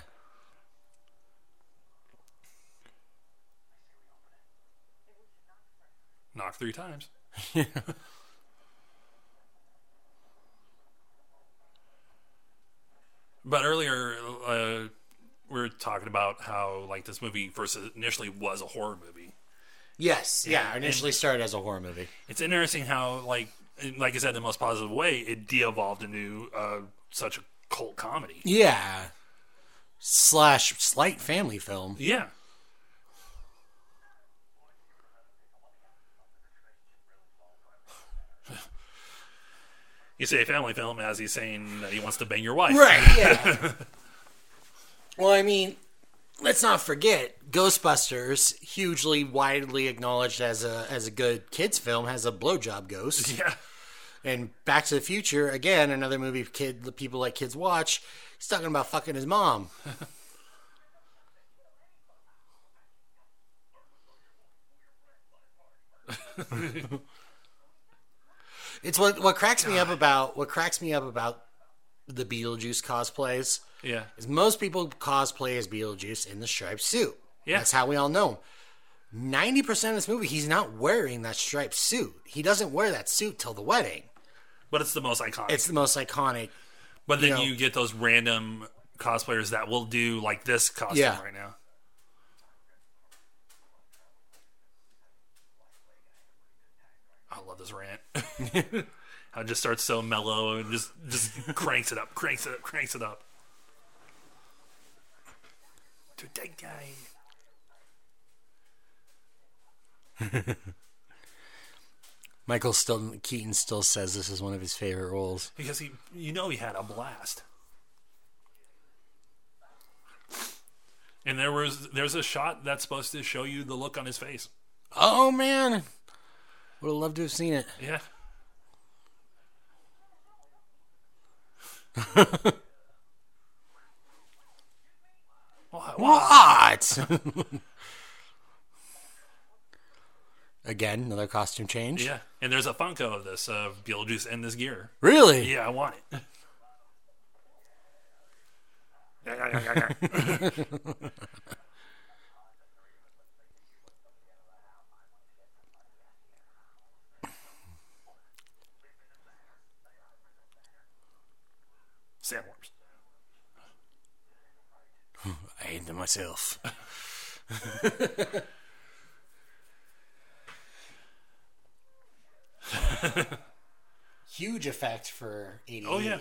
Speaker 2: Knock three times. but earlier, uh, we were talking about how like this movie first initially was a horror movie.
Speaker 1: Yes. Yeah. initially started as a horror movie.
Speaker 2: It's interesting how like like I said, in the most positive way, it de-evolved into uh, such a cult comedy.
Speaker 1: Yeah. Slash slight family film.
Speaker 2: Yeah. You say family film as he's saying that he wants to bang your wife.
Speaker 1: Yeah. well, I mean, let's not forget Ghostbusters, hugely widely acknowledged as a as a good kids film, has a blowjob ghost.
Speaker 2: Yeah.
Speaker 1: And Back to the Future, again, another movie kid the people like kids watch. He's talking about fucking his mom. it's what what cracks me up about what cracks me up about the Beetlejuice cosplays
Speaker 2: Yeah.
Speaker 1: is most people cosplay as Beetlejuice in the striped suit.
Speaker 2: Yeah.
Speaker 1: That's how we all know him. 90% of this movie, he's not wearing that striped suit. He doesn't wear that suit till the wedding.
Speaker 2: But it's the most iconic.
Speaker 1: It's the most iconic.
Speaker 2: but then
Speaker 1: you know-
Speaker 2: you get those random cosplayers that will do like this costume
Speaker 1: Yeah.
Speaker 2: right now. I love this rant. How it just starts so mellow and just just cranks it up, cranks it up, cranks it up. Today, guy.
Speaker 1: Michael still, Keaton still says this is one of his favorite roles.
Speaker 2: Because he, you know, he had a blast. And there was there's a shot that's supposed to show you the look on his face.
Speaker 1: Oh, man. Would have loved to have seen it.
Speaker 2: Yeah. Why- why-
Speaker 1: What? Again, another costume change.
Speaker 2: Yeah, and there's a Funko of this of Beetlejuice in this gear.
Speaker 1: Really?
Speaker 2: Yeah, I want it. Sandworms.
Speaker 1: I hate them myself. Huge effect for 88.
Speaker 2: Oh yeah.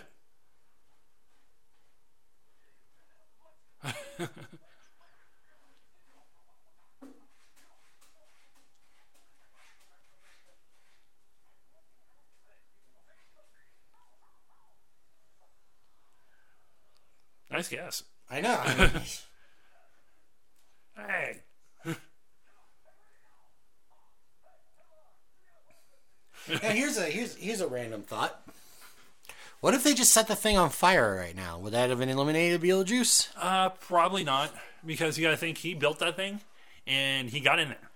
Speaker 2: nice guess.
Speaker 1: I know. I mean,
Speaker 2: Hey.
Speaker 1: now here's a here's here's a random thought. What if they just set the thing on fire right now? Would that have been eliminated Beetlejuice?
Speaker 2: Uh, probably not because you got to think he built that thing and he got in there.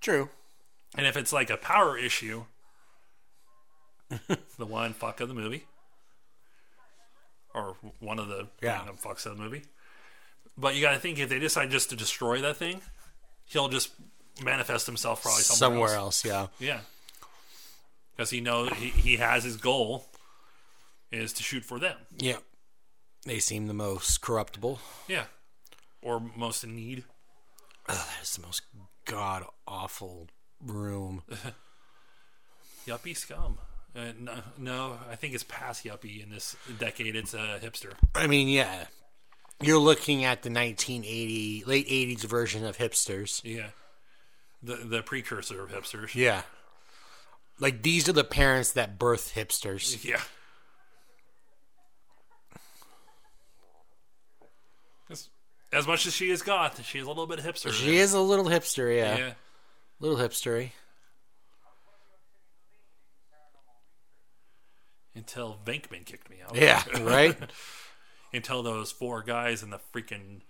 Speaker 1: True.
Speaker 2: And if it's like a power issue, the one fuck of the movie, or one of the
Speaker 1: Yeah.
Speaker 2: random fucks of the movie. But you got to think if they decide just to destroy that thing, he'll just manifest himself probably somewhere,
Speaker 1: Somewhere else, yeah.
Speaker 2: Yeah, because he knows he, he has his goal is to shoot for them.
Speaker 1: Yeah. They seem the most corruptible.
Speaker 2: Yeah, or most in need.
Speaker 1: That is the most god awful room.
Speaker 2: Yuppie scum. Uh, no, no, I think it's past yuppie in this decade. It's a hipster.
Speaker 1: I mean, yeah. You're looking at the 1980 late 80s version of hipsters.
Speaker 2: Yeah. The the precursor of hipsters.
Speaker 1: Yeah. Like these are the parents that birth hipsters.
Speaker 2: Yeah. As, as much as she is goth, she is a little bit hipster.
Speaker 1: She is a little hipster, yeah.
Speaker 2: Yeah.
Speaker 1: Little hipstery.
Speaker 2: Until Venkman kicked me out.
Speaker 1: Yeah, right?
Speaker 2: Until those four guys in the freaking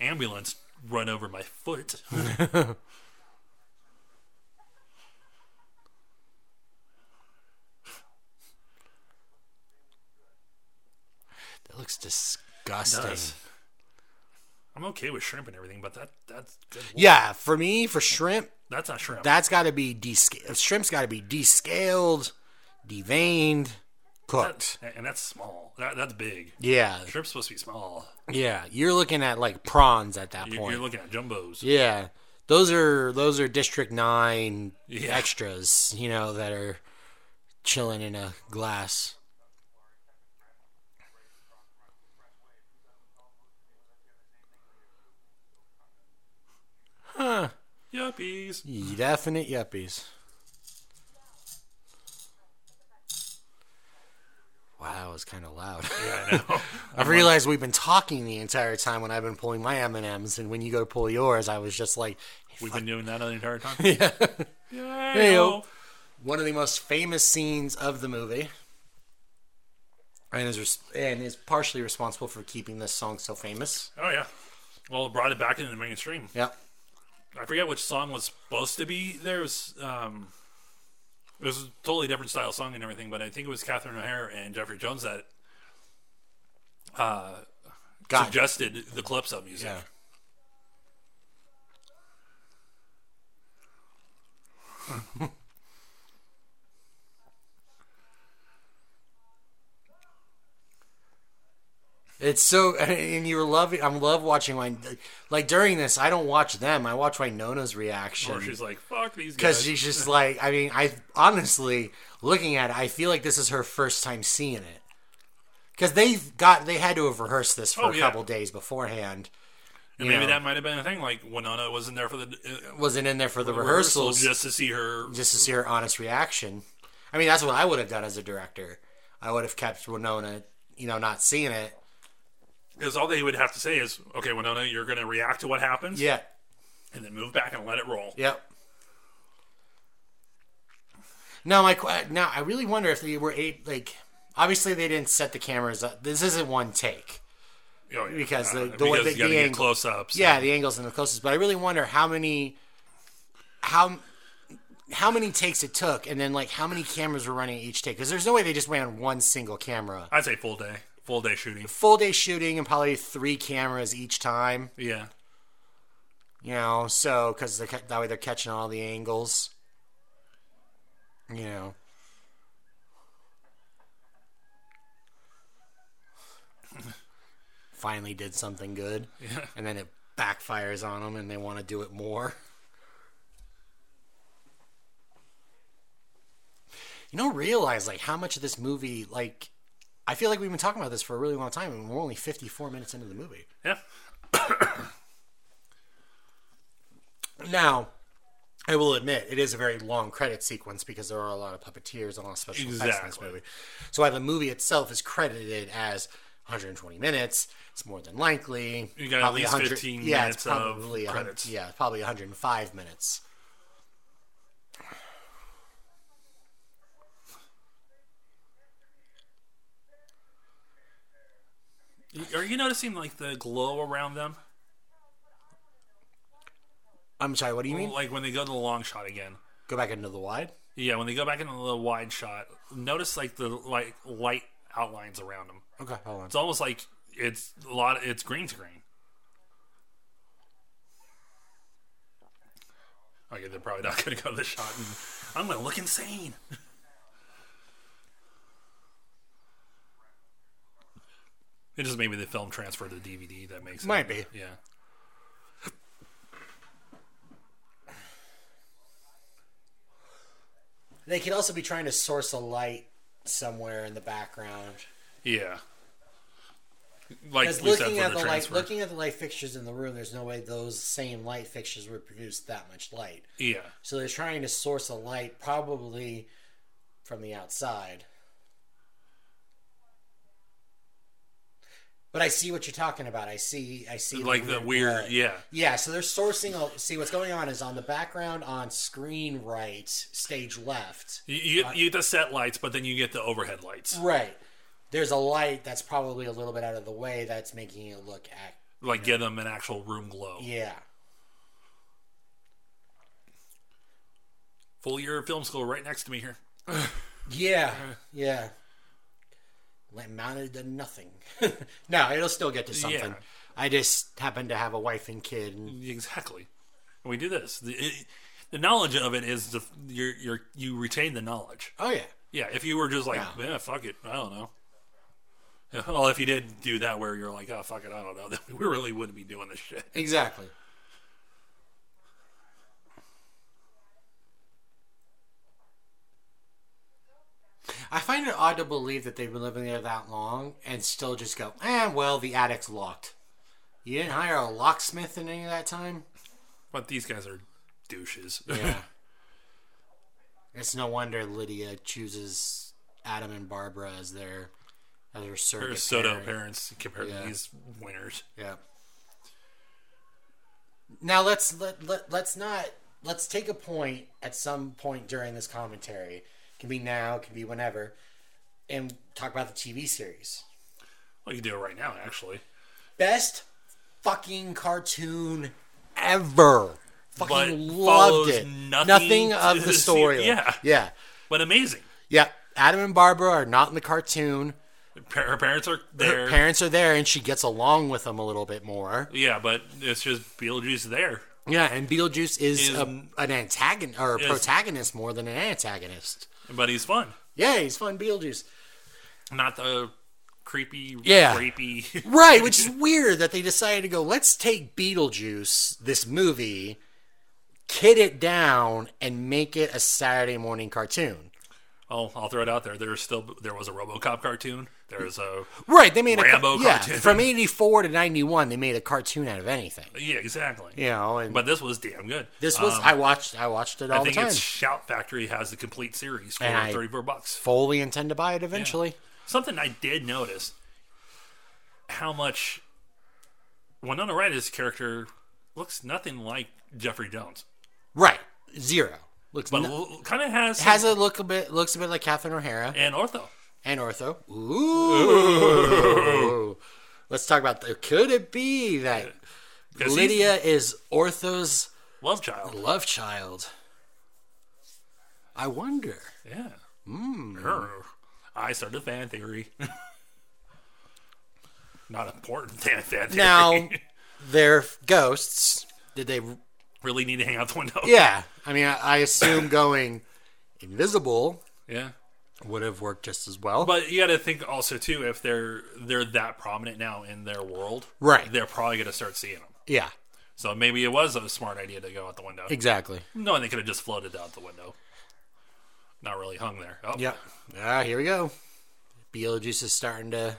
Speaker 2: ambulance run over my foot.
Speaker 1: that looks disgusting.
Speaker 2: Does. I'm okay with shrimp and everything, but that that's good.
Speaker 1: Yeah, for me, for shrimp,
Speaker 2: That's not shrimp.
Speaker 1: that's got to be descaled. Shrimp's got to be descaled, deveined, cooked.
Speaker 2: and that's small. That, that's big.
Speaker 1: Yeah,
Speaker 2: Shrimp's supposed to be small.
Speaker 1: yeah. You're looking at like prawns at that
Speaker 2: You-
Speaker 1: point.
Speaker 2: You're looking at jumbos.
Speaker 1: Yeah. Those are those are District Nine
Speaker 2: Yeah.
Speaker 1: extras, you know, that are chilling in a glass.
Speaker 2: Yuppies.
Speaker 1: Ye- Definite yuppies. Wow, that was kind of loud.
Speaker 2: I know.
Speaker 1: I've realized we've been talking the entire time when I've been pulling my M and M's, and when you go to pull yours, I was just like,
Speaker 2: We've been doing that the entire time. yeah.
Speaker 1: Heyo. one of the most famous scenes of the movie, and is res- and is partially responsible for keeping this song so famous.
Speaker 2: Oh yeah. Well, it brought it back into the mainstream.
Speaker 1: Yep.
Speaker 2: I forget which song was supposed to be. There was um, it was a totally different style song and everything, but I think it was Catherine O'Hara and Jeffrey Jones that
Speaker 1: God.
Speaker 2: suggested the Calypso music.
Speaker 1: Yeah. It's so, and you were loving. I'm love watching my like during this. I don't watch them. I watch Winona's
Speaker 2: Or
Speaker 1: reaction
Speaker 2: she's like, "Fuck these
Speaker 1: because
Speaker 2: guys."
Speaker 1: she's just like. I mean, I honestly looking at it, I feel like this is her first time seeing it because they've got they had to have rehearsed this for
Speaker 2: Oh,
Speaker 1: a
Speaker 2: yeah.
Speaker 1: couple days beforehand.
Speaker 2: and
Speaker 1: you
Speaker 2: maybe
Speaker 1: know.
Speaker 2: that might have been a thing. Like Winona wasn't there for the uh,
Speaker 1: Wasn't in there for the,
Speaker 2: rehearsal
Speaker 1: rehearsals.
Speaker 2: just to see her.
Speaker 1: just to see her honest reaction. I mean, that's what I would have done as a director. I would have kept Winona, you know, not seeing it.
Speaker 2: Because all they would have to say is, "Okay, Winona, you're going to react to what happens,
Speaker 1: Yeah.
Speaker 2: and then move back and let it roll."
Speaker 1: Yep. No, my que- now I really wonder if they were a like. Obviously, they didn't set the cameras up. This isn't one take.
Speaker 2: Oh, yeah.
Speaker 1: Because the- the
Speaker 2: because
Speaker 1: way- the-
Speaker 2: you got to
Speaker 1: the
Speaker 2: get
Speaker 1: angle-
Speaker 2: close ups.
Speaker 1: Yeah, the angles and the closest. But I really wonder how many, how, how many takes it took, and then like how many cameras were running each take. Because there's no way they just ran one single camera.
Speaker 2: I'd say full day. full day shooting.
Speaker 1: full day shooting and probably three cameras each time.
Speaker 2: Yeah.
Speaker 1: You know, so because that way they're catching all the angles. You know, finally did something good,
Speaker 2: Yeah.
Speaker 1: and then it backfires on them, and they want to do it more. You don't realize like how much of this movie like. I feel like we've been talking about this for a really long time, and we're only 54 minutes into the movie.
Speaker 2: Yeah.
Speaker 1: Now, I will admit it is a very long credit sequence because there are a lot of puppeteers and a lot of special effects in this
Speaker 2: Exactly.
Speaker 1: movie. So while the movie itself is credited as 120 minutes, it's more than likely
Speaker 2: You got at
Speaker 1: probably
Speaker 2: least
Speaker 1: 100
Speaker 2: 15
Speaker 1: yeah,
Speaker 2: minutes
Speaker 1: it's
Speaker 2: of
Speaker 1: probably a hun-
Speaker 2: credits.
Speaker 1: Yeah, probably 105 minutes.
Speaker 2: Are you noticing like the glow around them?
Speaker 1: I'm sorry, what do you mean?
Speaker 2: Like when they go to the long shot again.
Speaker 1: Go back into the wide.
Speaker 2: Yeah, when they go back into the wide shot, notice like the like light outlines around them.
Speaker 1: Okay, hold on.
Speaker 2: It's almost like it's a lot. It's green screen. Okay, they're probably not going to go to the shot. And I'm going to look insane. It just maybe the film transfer to the DVD that makes it.
Speaker 1: Might be.
Speaker 2: Yeah.
Speaker 1: They could also be trying to source a light somewhere in the background.
Speaker 2: Yeah. Like
Speaker 1: Because
Speaker 2: we said
Speaker 1: looking
Speaker 2: for
Speaker 1: at the, light,
Speaker 2: transfer.
Speaker 1: looking at the light fixtures in the room, there's no way those same light fixtures would produce that much light.
Speaker 2: yeah.
Speaker 1: So they're trying to source a light, probably from the outside. But I see what you're talking about. I see. I see.
Speaker 2: Like the weird.
Speaker 1: light.
Speaker 2: Yeah.
Speaker 1: Yeah. So they're sourcing. A, see what's going on is on the background on screen right, stage left.
Speaker 2: You, you, get- you get the set lights, but then you get the overhead lights.
Speaker 1: Right. There's a light that's probably a little bit out of the way that's making it look at.
Speaker 2: Like get them an actual room glow.
Speaker 1: Yeah.
Speaker 2: Full year of film school right next to me here.
Speaker 1: Yeah, yeah. Like, Mounted to nothing. no, it'll still get to something.
Speaker 2: Yeah.
Speaker 1: I just happen to have a wife and kid. And
Speaker 2: Exactly. And we do this. The, it, the knowledge of it is the you're, you're, you retain the knowledge.
Speaker 1: oh yeah,
Speaker 2: Yeah. If you were just like, yeah, fuck it, I don't know. Yeah, Well, if you did do that, where you're like, oh fuck it, I don't know, then we really wouldn't be doing this shit.
Speaker 1: exactly. I find it odd to believe that they've been living there that long and still just go, eh, well, the attic's locked. You didn't hire a locksmith in any of that time?
Speaker 2: But these guys are douches.
Speaker 1: Yeah. it's no wonder Lydia chooses Adam and Barbara as their as her
Speaker 2: They're
Speaker 1: surrogate
Speaker 2: Soto
Speaker 1: parent.
Speaker 2: parents compared
Speaker 1: Yeah.
Speaker 2: to these winners.
Speaker 1: Yeah. Now let's let, let let's not let's take a point at some point during this commentary. Can be now, can be whenever, and talk about the TV series.
Speaker 2: Well, you can do it right now, actually.
Speaker 1: Best fucking cartoon ever.
Speaker 2: But
Speaker 1: Fucking loved
Speaker 2: follows
Speaker 1: it.
Speaker 2: Nothing,
Speaker 1: Nothing
Speaker 2: to
Speaker 1: of the
Speaker 2: se-
Speaker 1: story.
Speaker 2: Yeah,
Speaker 1: Yeah.
Speaker 2: but amazing.
Speaker 1: Yep. Adam and Barbara are not in the cartoon.
Speaker 2: Pa- Her parents are
Speaker 1: Her
Speaker 2: there.
Speaker 1: parents are there, and she gets along with them a little bit more.
Speaker 2: yeah, but it's just Beetlejuice there.
Speaker 1: Yeah, and Beetlejuice is,
Speaker 2: Is-
Speaker 1: a, an antagonist or a
Speaker 2: is-
Speaker 1: protagonist more than an antagonist.
Speaker 2: But he's fun.
Speaker 1: Yeah, he's fun, Beetlejuice.
Speaker 2: Not the creepy,
Speaker 1: Yeah.
Speaker 2: rapey.
Speaker 1: Right, which is weird that they decided to go. Let's take Beetlejuice, this movie, kid it down, and make it a Saturday morning cartoon.
Speaker 2: oh, I'll throw it out there. There's still there was a RoboCop cartoon. There's a
Speaker 1: Right, they made
Speaker 2: Rambo
Speaker 1: a yeah
Speaker 2: cartoon.
Speaker 1: from eighty four to ninety one. They made a cartoon out of anything.
Speaker 2: yeah, exactly.
Speaker 1: You know, and
Speaker 2: But this was damn good.
Speaker 1: this was
Speaker 2: Um,
Speaker 1: I watched I watched it all
Speaker 2: I think
Speaker 1: the time.
Speaker 2: it's Shout Factory has the complete series for
Speaker 1: And I-
Speaker 2: 34 bucks.
Speaker 1: fully intend to buy it eventually.
Speaker 2: Something I did notice how much Winona Ryder's character looks nothing like Jeffrey Jones,
Speaker 1: Right. Zero. Looks
Speaker 2: but
Speaker 1: no-
Speaker 2: kind of has some-
Speaker 1: has a look a bit looks a bit like Catherine O'Hara
Speaker 2: and ortho.
Speaker 1: and Ortho. Ooh. Let's talk about the could it be that
Speaker 2: 'Cause he's
Speaker 1: Lydia is Ortho's
Speaker 2: love child.
Speaker 1: love child? I wonder.
Speaker 2: Yeah. Mm. I started a fan theory. Not important. That, that
Speaker 1: Now, they're ghosts. Did they?
Speaker 2: really need to hang out the window.
Speaker 1: Yeah. I mean, I, I assume going invisible
Speaker 2: yeah.
Speaker 1: would have worked just as well.
Speaker 2: But you got to think also too if they're they're that prominent now in their world,
Speaker 1: Right.
Speaker 2: They're probably going to start seeing them.
Speaker 1: yeah,
Speaker 2: So maybe it was a smart idea to go out the window.
Speaker 1: exactly.
Speaker 2: No, and they could have just floated out the window. Not really hung there. Oh,
Speaker 1: Yep. Ah, here we go. Beetlejuice is starting to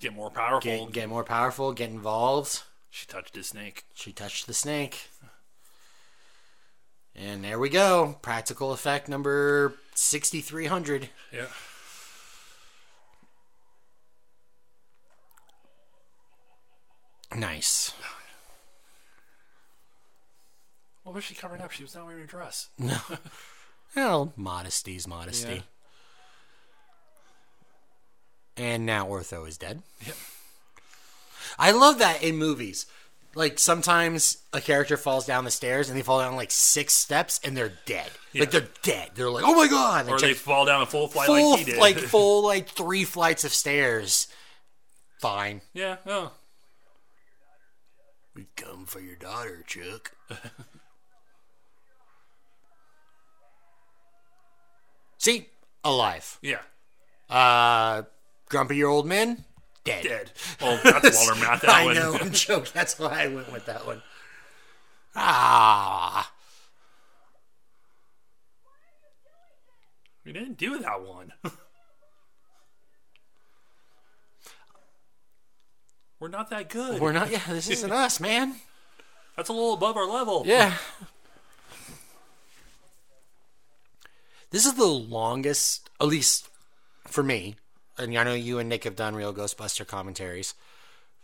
Speaker 2: Get more powerful.
Speaker 1: get, get more powerful, get involved.
Speaker 2: She touched his snake.
Speaker 1: She touched the snake. And there we go. Practical effect number 6300.
Speaker 2: Yeah.
Speaker 1: Nice.
Speaker 2: What was she covering up? She was not wearing a dress.
Speaker 1: Well, modesty's modesty. And now Ortho is dead.
Speaker 2: Yep.
Speaker 1: I love that in movies. Like sometimes a character falls down the stairs and they fall down like six steps and they're dead. Like they're dead. They're like, oh my god!
Speaker 2: Or
Speaker 1: Like,
Speaker 2: they
Speaker 1: just
Speaker 2: fall down a full flight
Speaker 1: full,
Speaker 2: like he did.
Speaker 1: like full, like three flights of stairs. Fine.
Speaker 2: yeah. Oh.
Speaker 1: We come for your daughter, Chuck. See? Alive.
Speaker 2: Yeah.
Speaker 1: Uh, grumpy old men? Dead.
Speaker 2: Dead. Oh, that's Walter Matt. That
Speaker 1: I
Speaker 2: one.
Speaker 1: know, I'm joking. That's why I went with that one. Ah.
Speaker 2: We didn't do that one. We're not that good.
Speaker 1: We're not, yeah, this isn't us, man.
Speaker 2: That's a little above our level.
Speaker 1: Yeah. This is the longest, at least for me, and I know you and Nick have done real Ghostbuster commentaries.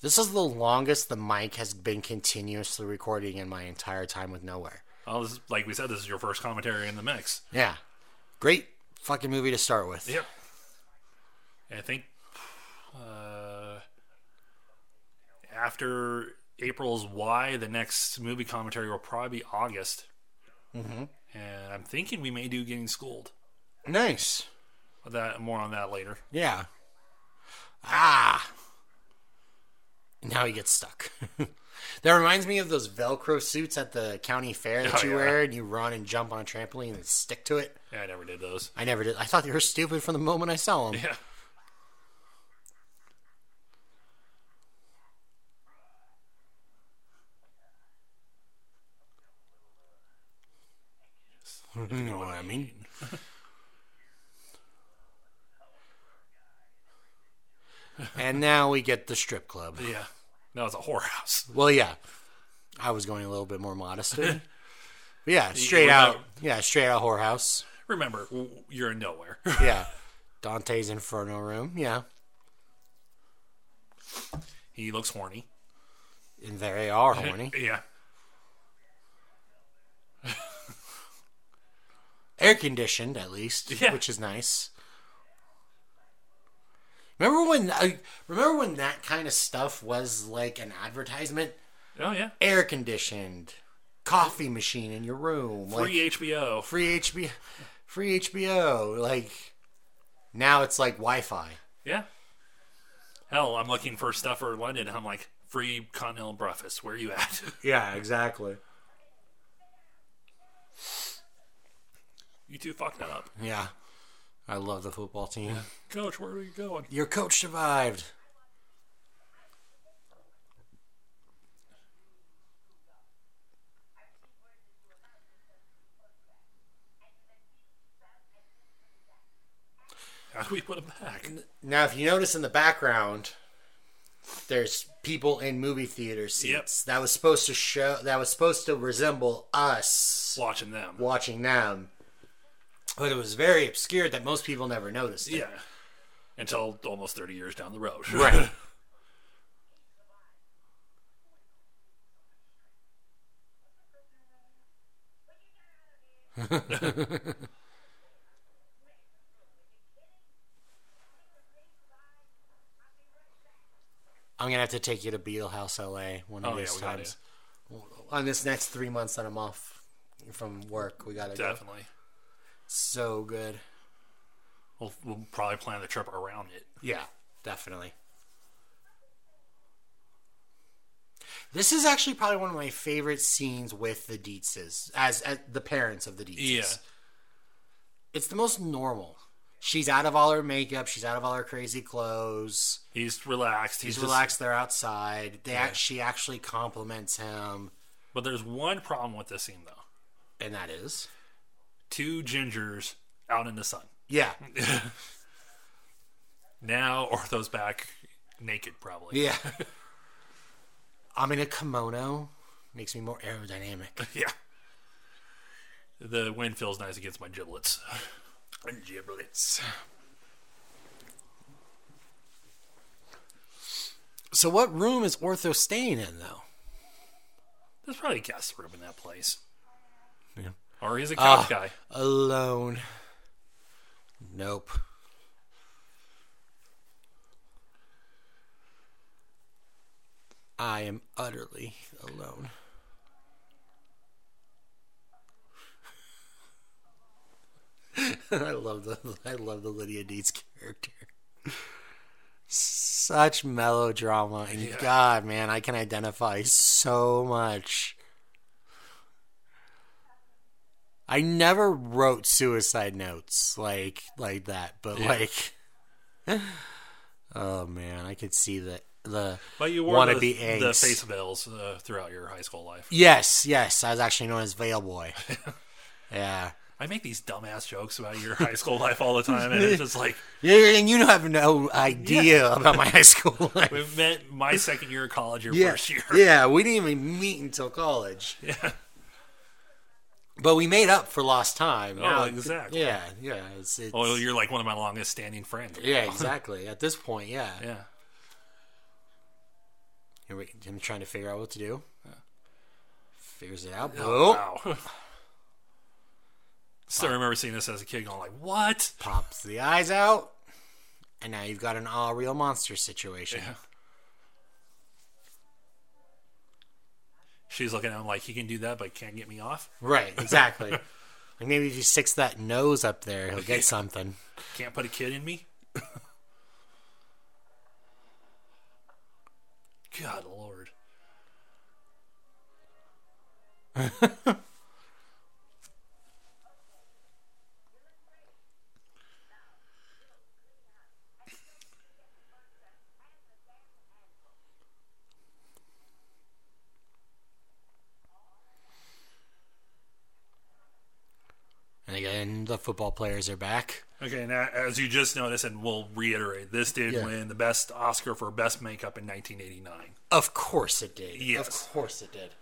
Speaker 1: This is the longest the mic has been continuously recording in my entire time with Nowhere.
Speaker 2: I was, like we said, Oh, this is your first commentary in the mix.
Speaker 1: Yeah. Great fucking movie to start with.
Speaker 2: Yep. I think uh, after April's Why, the next movie commentary will probably be August. Mm-hmm. And I'm thinking we may do Getting Schooled.
Speaker 1: Nice.
Speaker 2: But that More on that later.
Speaker 1: Yeah. Ah. Now he gets stuck. that reminds me of those Velcro suits at the county fair that
Speaker 2: Oh,
Speaker 1: you
Speaker 2: yeah.
Speaker 1: wear and you run and jump on a trampoline and stick to it.
Speaker 2: Yeah, I never did those.
Speaker 1: I never did. I thought they were stupid from the moment I saw them.
Speaker 2: Yeah.
Speaker 1: You know what I mean? and now we get the strip club.
Speaker 2: Yeah. That was a whorehouse.
Speaker 1: Well, yeah. I was going a little bit more modestly. But yeah, straight
Speaker 2: were
Speaker 1: out.
Speaker 2: not-
Speaker 1: Yeah, straight out whorehouse.
Speaker 2: Remember, w- you're in nowhere.
Speaker 1: Yeah. Dante's Inferno Room. Yeah.
Speaker 2: he looks horny.
Speaker 1: And there they are, horny.
Speaker 2: Yeah.
Speaker 1: Air conditioned, at least,
Speaker 2: Yeah.
Speaker 1: which is nice. Remember when? I remember when that kind of stuff was like an advertisement?
Speaker 2: Oh, yeah.
Speaker 1: Air conditioned, coffee machine in your room, like
Speaker 2: Free HBO.
Speaker 1: free HBO, free HBO. Like now it's like Wi-Fi.
Speaker 2: Yeah. Hell, I'm looking for stuff for London. and I'm like, free continental breakfast. Where you at?
Speaker 1: Yeah, exactly.
Speaker 2: you two fucked that up.
Speaker 1: Yeah, I love the football team.
Speaker 2: Coach, where are you going?
Speaker 1: Your coach survived.
Speaker 2: How do we put him back?
Speaker 1: Now, if you notice in the background, there's people in movie theater seats. That was supposed to show. That was supposed to resemble us
Speaker 2: Watching them.
Speaker 1: watching them, but it was very obscured that most people never noticed. It.
Speaker 2: Yeah. Until almost 30 years down the road.
Speaker 1: Right. I'm gonna have to take you to Beetle House, LA, one of
Speaker 2: Oh, yeah,
Speaker 1: these
Speaker 2: we gotta.
Speaker 1: times. On this next three months that I'm off from work, we gotta go.
Speaker 2: Definitely.
Speaker 1: So good.
Speaker 2: We'll, we'll probably plan the trip around it.
Speaker 1: Yeah, definitely. This is actually probably one of my favorite scenes with the Dietzes, as, as the parents of the Dietzes.
Speaker 2: Yeah.
Speaker 1: It's the most normal. She's out of all her makeup. She's out of all her crazy clothes.
Speaker 2: He's relaxed. He's,
Speaker 1: He's
Speaker 2: just-
Speaker 1: relaxed. They're outside. They act, she actually compliments him,
Speaker 2: But there's one problem with this scene though.
Speaker 1: and that is
Speaker 2: Two gingers out in the sun.
Speaker 1: yeah,
Speaker 2: Now Ortho's back naked probably.
Speaker 1: yeah. I'm in a kimono. Makes me more aerodynamic.
Speaker 2: Yeah. The wind feels nice against my giblets. giblets.
Speaker 1: So, what room is Ortho staying in, though?
Speaker 2: There's probably a guest room in that place.
Speaker 1: Yeah.
Speaker 2: Or he's a couch
Speaker 1: Ah.
Speaker 2: guy.
Speaker 1: Alone. Nope. I am utterly alone. I love the I love the Lydia Deetz character. Such melodrama and God, man, I can identify so much. I never wrote suicide notes like like that, but like, oh man, I could see the the
Speaker 2: But you wore
Speaker 1: Wanna
Speaker 2: the,
Speaker 1: be
Speaker 2: the
Speaker 1: angst.
Speaker 2: face veils uh, throughout your high school life.
Speaker 1: yes, yes. I was actually known as Veil Boy. yeah,
Speaker 2: I make these dumbass jokes about your high school life all the time, and it's just like
Speaker 1: Yeah, and you have no idea about my high school life.
Speaker 2: we met my second year of college, your
Speaker 1: yeah.
Speaker 2: first year.
Speaker 1: Yeah, we didn't even meet until college. Yeah. But we made up for lost time.
Speaker 2: Oh,
Speaker 1: Now-
Speaker 2: exactly.
Speaker 1: Yeah, yeah. It's, it's,
Speaker 2: Oh, you're like one of my longest standing friends.
Speaker 1: yeah, exactly. At this point, yeah.
Speaker 2: Yeah.
Speaker 1: Here we, him trying to figure out what to do. Figures it out.
Speaker 2: Oh.
Speaker 1: Boom.
Speaker 2: Wow. Still remember seeing this as a kid, going like, "What?"
Speaker 1: Pops the eyes out. And now you've got an all real monster situation.
Speaker 2: She's looking at him like he can do that, but can't get me off.
Speaker 1: Right, exactly. like maybe if you sticks that nose up there, he'll get something.
Speaker 2: Can't put a kid in me. God Lord.
Speaker 1: And again, the football players are back.
Speaker 2: Okay, now as you just noticed, and we'll reiterate, this did
Speaker 1: Yeah.
Speaker 2: win the best Oscar for best makeup in 1989.
Speaker 1: Of course it did.
Speaker 2: Yes.
Speaker 1: Of course it did.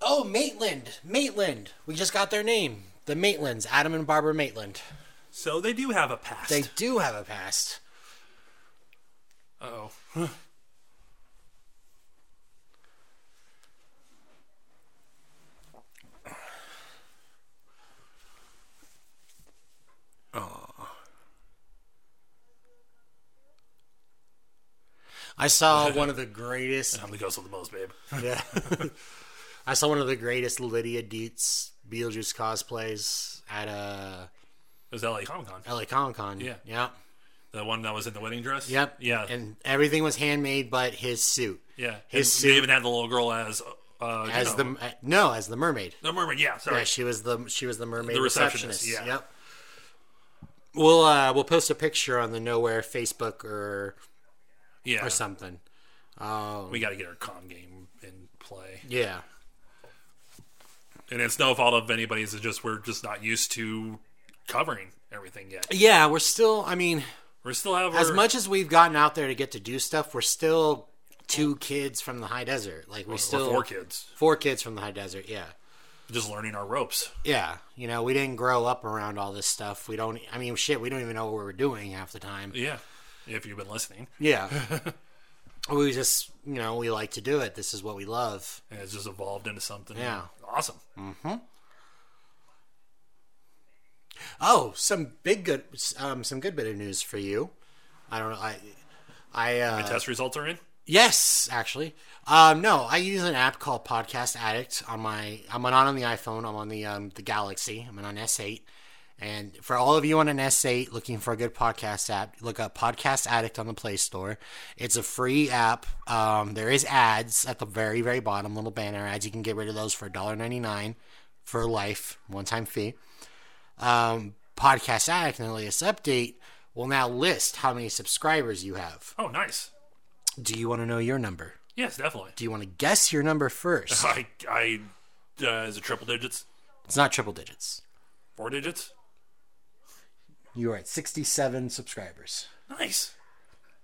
Speaker 1: Oh, Maitland. Maitland. We just got their name. The Maitlands, Adam and Barbara Maitland.
Speaker 2: So they do have a past.
Speaker 1: They do have a past.
Speaker 2: Uh-oh.
Speaker 1: I saw one of the greatest
Speaker 2: I'm the ghost of the most, babe.
Speaker 1: Yeah. I saw one of the greatest Lydia Dietz Beetlejuice cosplays at uh,
Speaker 2: It was LA Comic Con.
Speaker 1: LA Comic Con.
Speaker 2: Yeah.
Speaker 1: Yeah.
Speaker 2: The one that was in the wedding dress?
Speaker 1: Yep.
Speaker 2: Yeah.
Speaker 1: And everything was handmade but his suit.
Speaker 2: yeah. And
Speaker 1: his suit-
Speaker 2: they even had the little girl as uh,
Speaker 1: As
Speaker 2: you know,
Speaker 1: the uh, no, as the mermaid.
Speaker 2: the mermaid. Yeah, sorry.
Speaker 1: Yeah, she was the she was the mermaid
Speaker 2: The
Speaker 1: receptionist.
Speaker 2: receptionist, yeah.
Speaker 1: Yep. We'll uh, we'll post a picture on the nowhere Facebook or
Speaker 2: yeah.
Speaker 1: or something.
Speaker 2: We got to get our com game in play.
Speaker 1: Yeah.
Speaker 2: And it's no fault of anybody's. It's just we're just not used to covering everything yet.
Speaker 1: Yeah, we're still. I mean,
Speaker 2: We're still have
Speaker 1: as
Speaker 2: our-
Speaker 1: much as we've gotten out there to get to do stuff, we're still two kids from the high desert. Like we're
Speaker 2: we're
Speaker 1: still
Speaker 2: four kids
Speaker 1: four kids from the high desert yeah
Speaker 2: just learning our ropes.
Speaker 1: yeah you know we didn't grow up around all this stuff we don't i mean shit we don't even know what we were doing half the time
Speaker 2: Yeah. If you've been listening,
Speaker 1: yeah we just you know we like to do it this is what we love
Speaker 2: and it's just evolved into something.
Speaker 1: Yeah.
Speaker 2: Awesome.
Speaker 1: oh some big good um, some good bit of news for you i don't know i i uh,
Speaker 2: Test results are in.
Speaker 1: Yes, actually. Um, no, I use an app called Podcast Addict on my. I'm not on the iPhone. I'm on the um, the Galaxy. I'm on S8, And for all of you on an S8 looking for a good podcast app, look up Podcast Addict on the Play Store. It's a free app. Um, there is ads at the very, very bottom, little banner ads. You can get rid of those for $1.99 for life, one time fee. Um, podcast Addict in the latest update will now list how many subscribers you have.
Speaker 2: Oh, nice.
Speaker 1: Do you want to know your number?
Speaker 2: Yes, definitely.
Speaker 1: Do you want to guess your number first?
Speaker 2: I, I, uh, is it triple digits?
Speaker 1: It's not triple digits.
Speaker 2: Four digits?
Speaker 1: You are at 67 subscribers.
Speaker 2: Nice.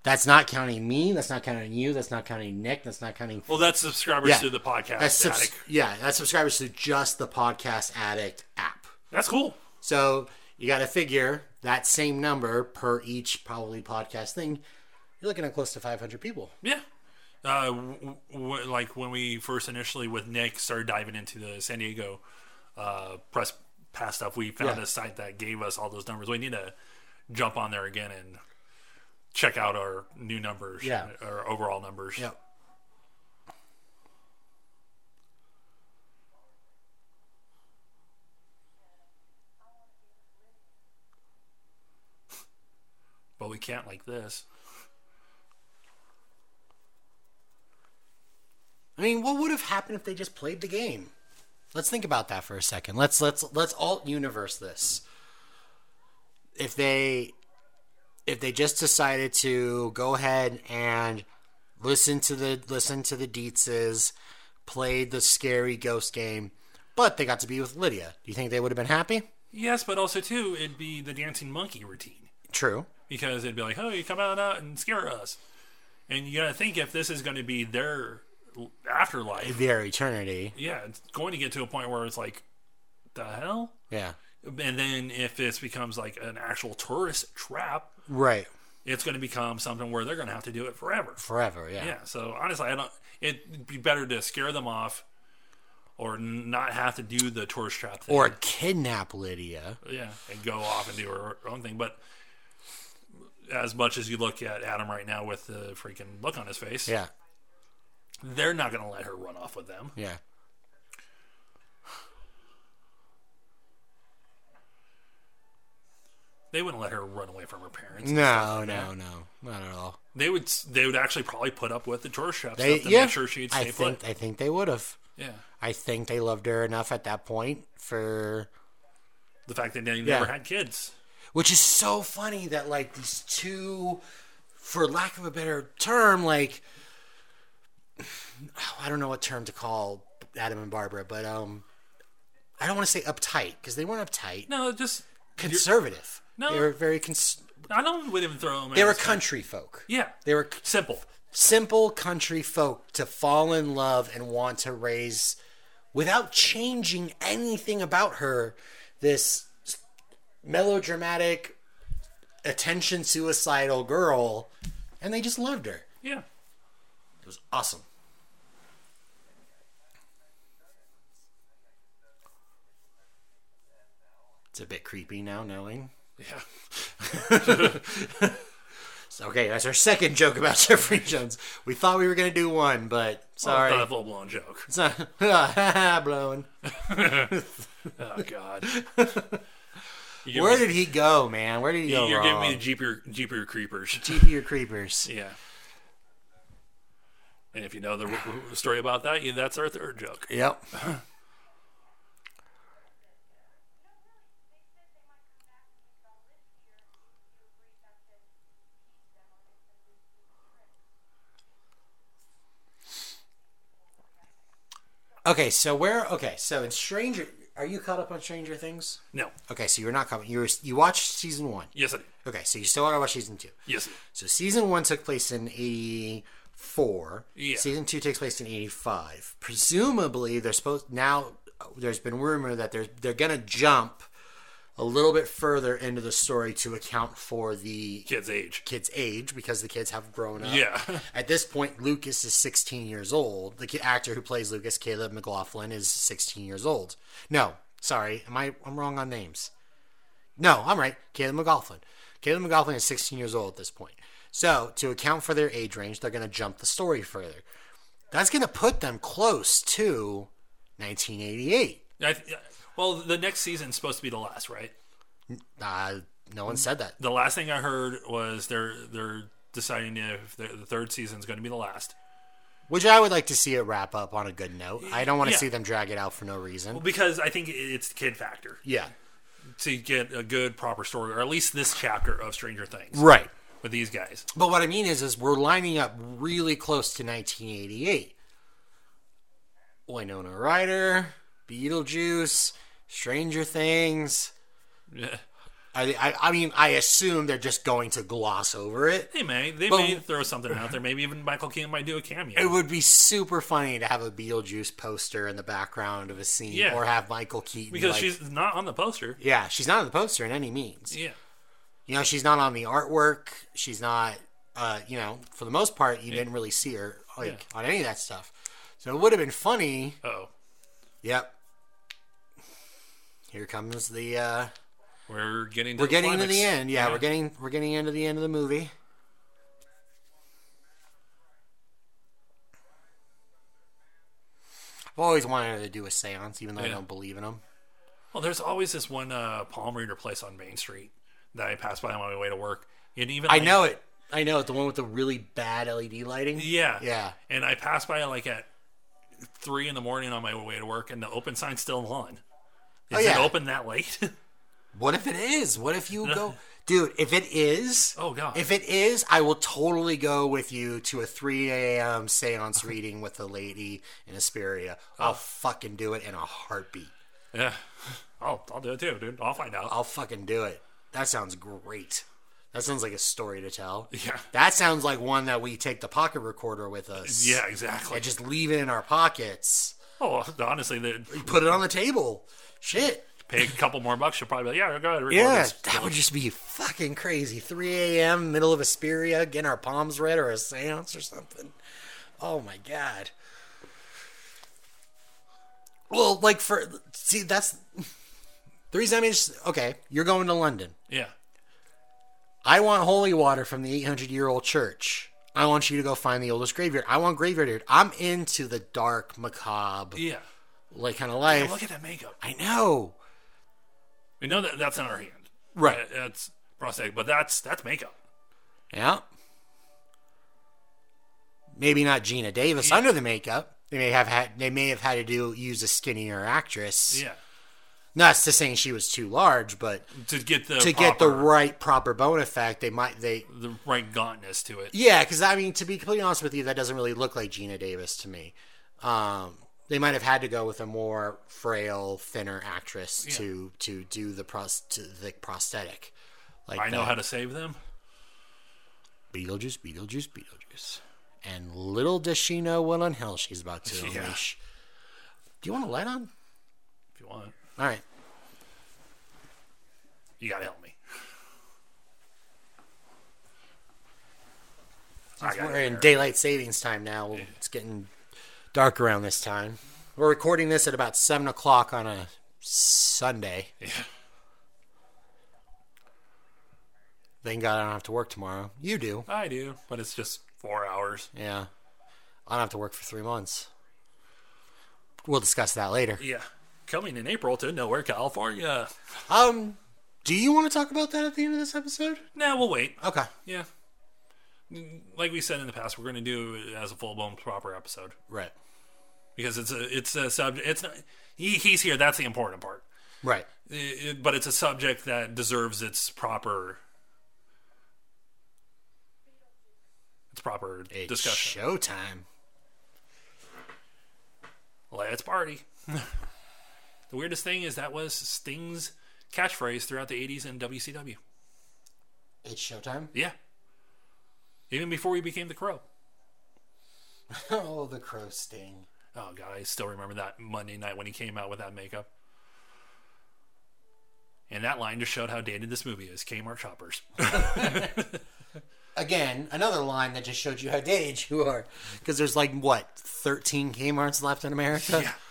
Speaker 1: That's not counting me. That's not counting you. That's not counting Nick. That's not counting.
Speaker 2: Well, that's subscribers
Speaker 1: Yeah.
Speaker 2: to the podcast.
Speaker 1: That's subs-
Speaker 2: Attic.
Speaker 1: yeah, that's subscribers to just the Podcast Addict app.
Speaker 2: That's cool.
Speaker 1: So you got to figure that same number per each probably podcast thing. You're looking at close to 500 people.
Speaker 2: Yeah. Uh, w- w- like when we first initially with Nick started diving into the San Diego uh, press pass stuff, we found
Speaker 1: Yeah.
Speaker 2: a site that gave us all those numbers. We need to jump on there again and check out our new numbers,
Speaker 1: Yeah.
Speaker 2: our overall numbers.
Speaker 1: Yep.
Speaker 2: But we can't like this.
Speaker 1: I mean, what would have happened if they just played the game? Let's think about that for a second. Let's let's let's alt universe this. If they if they just decided to go ahead and listen to the listen to the Deetses, played the scary ghost game, but they got to be with Lydia. Do you think they would have been happy?
Speaker 2: Yes, but also too, it'd be the dancing monkey routine.
Speaker 1: True.
Speaker 2: because it'd be like, "Oh, you come out uh, and scare us," and you gotta think if this is going to be their l- afterlife.
Speaker 1: Their eternity.
Speaker 2: Yeah, it's going to get to a point where it's like, the hell.
Speaker 1: Yeah.
Speaker 2: And then if this becomes like an actual tourist trap,
Speaker 1: Right.
Speaker 2: it's going to become something where they're going to have to do it forever.
Speaker 1: Forever,
Speaker 2: Yeah. So honestly, I don't. It'd be better to scare them off, or n- not have to do the tourist trap thing.
Speaker 1: Or kidnap Lydia.
Speaker 2: yeah, and go off and do her own thing. But as much as you look at Adam right now with the freaking look on his face,
Speaker 1: Yeah.
Speaker 2: they're not going to let her run off with them.
Speaker 1: Yeah.
Speaker 2: They wouldn't let her run away from her parents. and stuff
Speaker 1: No,
Speaker 2: like that.
Speaker 1: no, no. Not at all.
Speaker 2: They would. s- They would actually probably put up with the tourist trap
Speaker 1: They,
Speaker 2: stuff to
Speaker 1: yeah,
Speaker 2: make sure she'd stay
Speaker 1: I think
Speaker 2: put.
Speaker 1: I think they would have.
Speaker 2: yeah,
Speaker 1: I think they loved her enough at that point for
Speaker 2: the fact that they
Speaker 1: Yeah.
Speaker 2: never had kids.
Speaker 1: which is so funny that like these two for lack of a better term like I don't know what term to call Adam and Barbara, but um I don't want to say uptight because they weren't uptight.
Speaker 2: No, just
Speaker 1: Conservative.
Speaker 2: No.
Speaker 1: They were very cons-
Speaker 2: I don't would even throw them.
Speaker 1: they were
Speaker 2: as-
Speaker 1: country folk.
Speaker 2: Yeah,
Speaker 1: They were
Speaker 2: simple.
Speaker 1: simple country folk to fall in love and want to raise without changing anything about her this melodramatic attention suicidal girl and they just loved her
Speaker 2: Yeah,
Speaker 1: it was awesome it's a bit creepy now knowing
Speaker 2: yeah.
Speaker 1: So, okay that's our second joke about jeffrey jones we thought we were going to do one
Speaker 2: Oh,
Speaker 1: but sorry
Speaker 2: Not a full blown joke.
Speaker 1: It's not blowing.
Speaker 2: Oh God. You give
Speaker 1: Where
Speaker 2: me-
Speaker 1: did he go, man? Where did he go
Speaker 2: you're giving
Speaker 1: wrong?
Speaker 2: me the jeeper jeeper creepers.
Speaker 1: GP or creepers?
Speaker 2: Yeah. And if you know the r- r- story about that, yeah, that's our third joke.
Speaker 1: Yep. okay, so where? Okay, so in Stranger, are you caught up on Stranger Things?
Speaker 2: No.
Speaker 1: Okay, so you're not coming. You were, you watched season one.
Speaker 2: Yes, I did.
Speaker 1: Okay, so you still want to watch season two.
Speaker 2: Yes. I did.
Speaker 1: So season one took place in eighty four.
Speaker 2: Yeah.
Speaker 1: Season two takes place in eighty five. Presumably, they're supposed now. There's been rumor that they're they're gonna jump a little bit further into the story to account for the
Speaker 2: Kids age.
Speaker 1: kids' age because the kids have grown up.
Speaker 2: Yeah.
Speaker 1: At this point, Lucas is 16 years old. The ki- actor who plays Lucas, Caleb McLaughlin, is 16 years old. No, sorry, am I? I'm wrong on names. No, I'm right. Caleb McLaughlin. Caleb McLaughlin is 16 years old at this point. So, to account for their age range, they're going to jump the story further. That's going to put them close to 1988.
Speaker 2: I th- well, the next season's supposed to be the last, right?
Speaker 1: Uh, no one said that.
Speaker 2: The last thing I heard was they're they're deciding if the, the third season's going to be the last.
Speaker 1: Which I would like to see it wrap up on a good note. I don't want to
Speaker 2: Yeah.
Speaker 1: see them drag it out for no reason.
Speaker 2: Because I think it- it's the kid factor
Speaker 1: Yeah.
Speaker 2: to get a good proper story, or at least this chapter of Stranger Things
Speaker 1: Right.
Speaker 2: with these guys.
Speaker 1: But what I mean is, is we're lining up really close to 1988. Winona Ryder, Beetlejuice, Stranger Things.
Speaker 2: Yeah.
Speaker 1: I, I, I mean, I assume they're just going to gloss over it.
Speaker 2: They may they
Speaker 1: But-
Speaker 2: may throw something out there. Maybe even Michael Keaton might do a cameo.
Speaker 1: It would be super funny to have a Beetlejuice poster in the background of a scene,
Speaker 2: Yeah.
Speaker 1: or have Michael Keaton
Speaker 2: because
Speaker 1: like-
Speaker 2: she's not on the poster.
Speaker 1: yeah, she's not on the poster in any means.
Speaker 2: Yeah.
Speaker 1: You know, she's not on the artwork. She's not, uh, you know, for the most part, you didn't really see her like on any of that stuff. So it would have been funny
Speaker 2: Oh,
Speaker 1: Yep. Here comes the. Uh,
Speaker 2: we're getting to
Speaker 1: we're
Speaker 2: the
Speaker 1: getting to
Speaker 2: climax.
Speaker 1: the end. Yeah, we're getting we're getting into the end of the movie. I've always wanted to do a séance, even though I
Speaker 2: Yeah.
Speaker 1: don't believe in them.
Speaker 2: Well, there's always this one uh, palm reader place on Main Street that I pass by on my way to work, and even
Speaker 1: I
Speaker 2: like-
Speaker 1: know it. I know it. The one with the really bad LED lighting.
Speaker 2: Yeah.
Speaker 1: Yeah.
Speaker 2: And I pass by like at three in the morning on my way to work, and the open sign's still on. Is
Speaker 1: Oh,
Speaker 2: it
Speaker 1: yeah.
Speaker 2: open that late?
Speaker 1: What if it is? What if you go, dude? If it is,
Speaker 2: Oh, God.
Speaker 1: If it is, I will totally go with you to a three a.m. séance reading with a lady in Asperia.
Speaker 2: Oh.
Speaker 1: I'll fucking do it in a heartbeat.
Speaker 2: yeah. I'll, Oh, I'll do it too, dude. I'll find out.
Speaker 1: I'll fucking do it. That sounds great. That sounds like a story to tell.
Speaker 2: Yeah.
Speaker 1: That sounds like one that we take the pocket recorder with us.
Speaker 2: yeah, exactly.
Speaker 1: And just leave it in our pockets.
Speaker 2: oh, honestly, the
Speaker 1: Put it on the table. Shit.
Speaker 2: pay a couple more bucks, you'll probably be like, yeah, go ahead, record
Speaker 1: Yeah,
Speaker 2: this.
Speaker 1: that would just be fucking crazy. 3 a.m., middle of Asperia, getting our palms read or a seance or something. Oh my god. Well, like for see, that's the reason I'm interested. Okay, you're going to London.
Speaker 2: Yeah.
Speaker 1: I want holy water from the 800 year old church. I want you to go find the oldest graveyard. I want graveyard. dude. I'm into the dark, macabre,
Speaker 2: Yeah.
Speaker 1: like kind of life.
Speaker 2: Look at that makeup.
Speaker 1: I know.
Speaker 2: We know that that's in our hand. Uh,
Speaker 1: Right.
Speaker 2: That's prosthetic, but that's that's makeup.
Speaker 1: Yeah. Maybe not Gina Davis under the makeup. They may have had they may have had to do use a skinnier actress.
Speaker 2: Yeah.
Speaker 1: Not to saying she was too large, but
Speaker 2: To get the
Speaker 1: to get the
Speaker 2: proper-
Speaker 1: right proper bone effect, they might they
Speaker 2: the right gauntness to it.
Speaker 1: yeah. Because I mean, to be completely honest with you, that doesn't really look like Gina Davis to me. Um, they might have had to go with a more frail, thinner actress to to do the pros to the prosthetic. Like
Speaker 2: I know
Speaker 1: that.
Speaker 2: how to save them.
Speaker 1: Beetlejuice, Beetlejuice, Beetlejuice. And little does she know what on hell she's about to
Speaker 2: Yeah.
Speaker 1: unleash. Do you want a light on?
Speaker 2: If you want,
Speaker 1: All right.
Speaker 2: you gotta help me. I got
Speaker 1: We're in daylight savings time now. Well, It's getting dark around this time. We're recording this at about 7 o'clock on a Sunday. Thank God I don't have to work tomorrow. You do.
Speaker 2: I do, but it's just four hours.
Speaker 1: Yeah. I don't have to work for three months. We'll discuss that later.
Speaker 2: Yeah. Coming in April to nowhere, California.
Speaker 1: Um, do you want to talk about that at the end of this episode?
Speaker 2: Nah, we'll wait.
Speaker 1: Okay.
Speaker 2: Yeah. Mm, Like we said in the past, we're going to do it as a full blown proper episode
Speaker 1: Right.
Speaker 2: because it's a it's a subject. It's not he, he's here. That's the important part.
Speaker 1: Right.
Speaker 2: It- it- but it's a subject that deserves its proper its proper
Speaker 1: It's
Speaker 2: discussion.
Speaker 1: showtime.
Speaker 2: Let's party. the weirdest thing is that was Sting's catchphrase throughout the 80s in WCW.
Speaker 1: It's showtime?
Speaker 2: Yeah. Even before he became the Crow.
Speaker 1: oh, the crow sting.
Speaker 2: Oh god, I still remember that Monday night when he came out with that makeup. And that line just showed how dated this movie is. Kmart shoppers.
Speaker 1: Again, another line that just showed you how dated you are. Because there's like, what, 13 Kmarts left in America?
Speaker 2: yeah.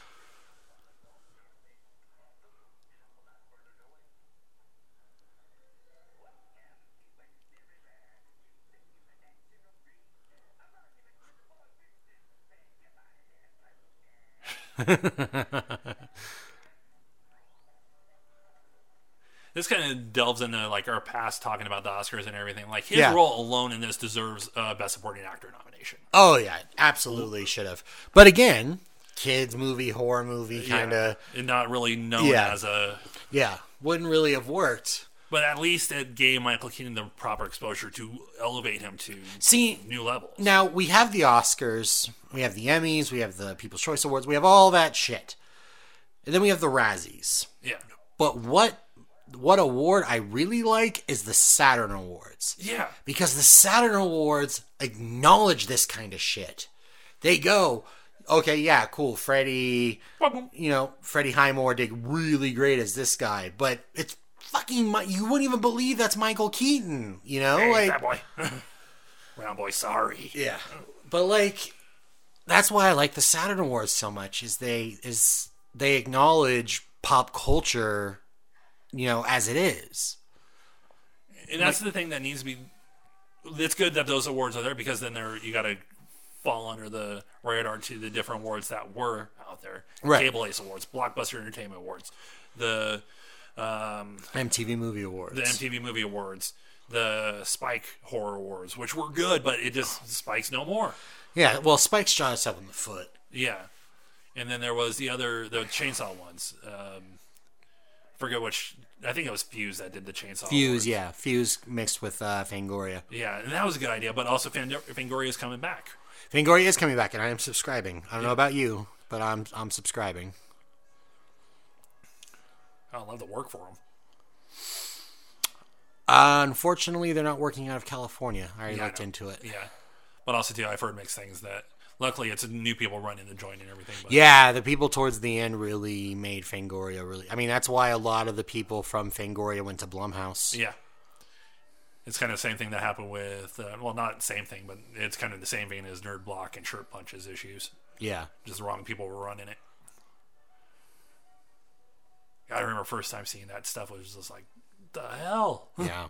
Speaker 2: this kind of delves into like our past talking about the Oscars and everything. Like his
Speaker 1: Yeah.
Speaker 2: role alone in this deserves a Best Supporting Actor nomination.
Speaker 1: Oh yeah, absolutely should have. But again, kids movie, horror movie, kind of.
Speaker 2: and not really known
Speaker 1: Yeah.
Speaker 2: as a.
Speaker 1: Yeah. wouldn't really have worked.
Speaker 2: But at least it gave Michael Keaton the proper exposure to elevate him to
Speaker 1: See,
Speaker 2: new levels.
Speaker 1: now we have the Oscars, we have the Emmys, we have the People's Choice Awards, we have all that shit, and then we have the Razzies.
Speaker 2: yeah,
Speaker 1: But what what award I really like is the Saturn Awards.
Speaker 2: yeah,
Speaker 1: because the Saturn Awards acknowledge this kind of shit. They go, okay, yeah, cool. Freddie, you know, Freddie Highmore did really great as this guy, but it's fucking, Mi- you wouldn't even believe that's Michael Keaton, you know?
Speaker 2: Hey,
Speaker 1: like,
Speaker 2: fat boy, round boy, sorry.
Speaker 1: yeah. But like, that's why I like the Saturn Awards so much is they, is they acknowledge pop culture, you know, as it is.
Speaker 2: And that's the thing that needs to be. It's good that those awards are there because then they're you got to fall under the radar to the different awards that were out there.
Speaker 1: Right.
Speaker 2: Cable Ace Awards, Blockbuster Entertainment Awards, the um,
Speaker 1: MTV Movie Awards.
Speaker 2: the MTV Movie Awards, the Spike Horror Awards, which were good, but it just spikes no more.
Speaker 1: yeah, well, Spike's shot us up in the foot.
Speaker 2: Yeah, and then there was the other the chainsaw ones. Um, forget which. I think it was Fuse that did the chainsaw.
Speaker 1: Fuse,
Speaker 2: awards.
Speaker 1: yeah, Fuse mixed with uh, Fangoria.
Speaker 2: Yeah, and that was a good idea, but also Fand- Fangoria's coming back.
Speaker 1: Fangoria is coming back, and I am subscribing. I don't know about you, but I'm I'm subscribing.
Speaker 2: I love to work for him.
Speaker 1: Uh, unfortunately, they're not working out of California. I already
Speaker 2: I
Speaker 1: looked
Speaker 2: know.
Speaker 1: into it. Yeah.
Speaker 2: Yeah, but also too, I've heard mixed things that luckily it's new people running the joint and everything. But
Speaker 1: the people towards the end really made Fangoria really. I mean, that's why a lot of the people from Fangoria went to Blumhouse.
Speaker 2: yeah, it's kind of the same thing that happened with uh, well, not same thing, but it's kind of the same vein as Nerd Block and Shirt Punches issues.
Speaker 1: Yeah.
Speaker 2: Just the wrong people were running it. I remember first time seeing that stuff was just like, the hell,
Speaker 1: Yeah.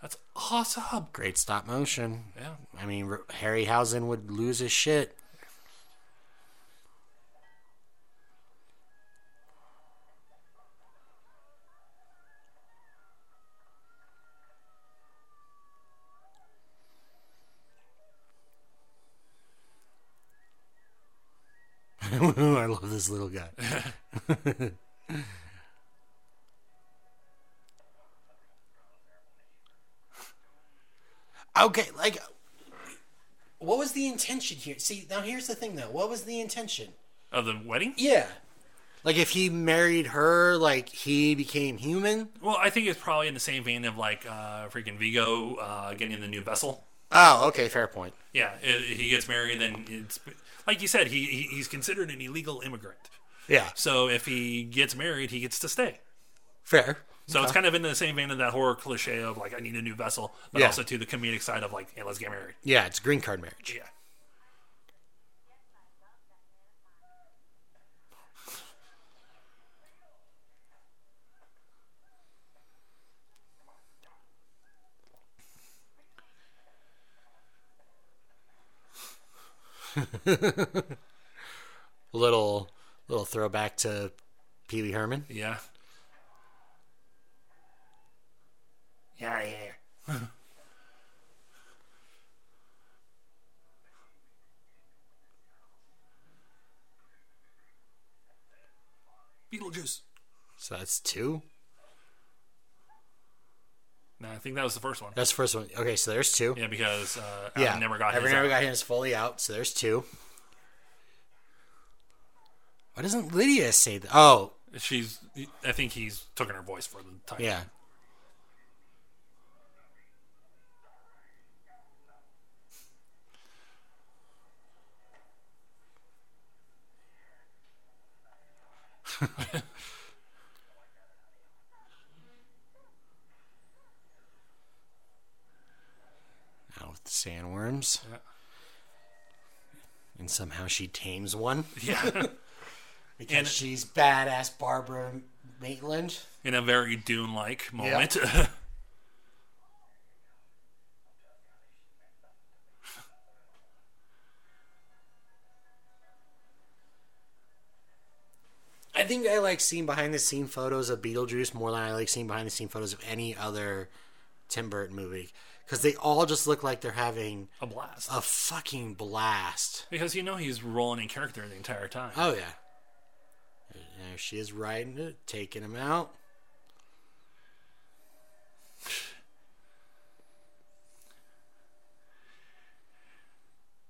Speaker 2: that's awesome.
Speaker 1: Great stop motion.
Speaker 2: Yeah,
Speaker 1: I mean, R- Harryhausen would lose his shit. I love this little guy. okay, like what was the intention here? See, now here's the thing though. What was the intention?
Speaker 2: of the wedding.
Speaker 1: Yeah. Like if he married her, like he became human.
Speaker 2: Well, I think it's probably in the same vein of like uh, freaking Vigo uh, getting the new vessel.
Speaker 1: Oh, okay, fair point.
Speaker 2: Yeah, i he gets married, then it's like you said, he, he he's considered an illegal immigrant.
Speaker 1: Yeah,
Speaker 2: So if he gets married, he gets to stay.
Speaker 1: fair.
Speaker 2: So it's kind of in the same vein of that horror cliche of like I need a new vessel, but
Speaker 1: Yeah.
Speaker 2: also to the comedic side of like, hey, let's get married.
Speaker 1: Yeah, it's green card marriage.
Speaker 2: Yeah.
Speaker 1: Little little throwback to Pee Wee Herman.
Speaker 2: Yeah. Yeah, yeah. Beetlejuice.
Speaker 1: So that's two.
Speaker 2: No, I think that was the first one.
Speaker 1: That's the first one. Okay, so there's two.
Speaker 2: Yeah, because uh,
Speaker 1: Yeah,
Speaker 2: Alan never got
Speaker 1: Every
Speaker 2: his.
Speaker 1: never
Speaker 2: out.
Speaker 1: got his fully out. So there's two. Why doesn't Lydia say that? Oh,
Speaker 2: She's. I think he's taking her voice for the time.
Speaker 1: yeah. Out with the sandworms. And somehow she tames one.
Speaker 2: Yeah.
Speaker 1: Because
Speaker 2: And-
Speaker 1: she's badass Barbara Maitland.
Speaker 2: In a very Dune-like moment.
Speaker 1: I think I like seeing behind the scene photos of Beetlejuice more than I like seeing behind the scene photos of any other Tim Burton movie because they all just look like they're having
Speaker 2: a blast
Speaker 1: a fucking blast.
Speaker 2: because you know he's rolling in character the entire time.
Speaker 1: Oh yeah, there she is riding it, taking him out.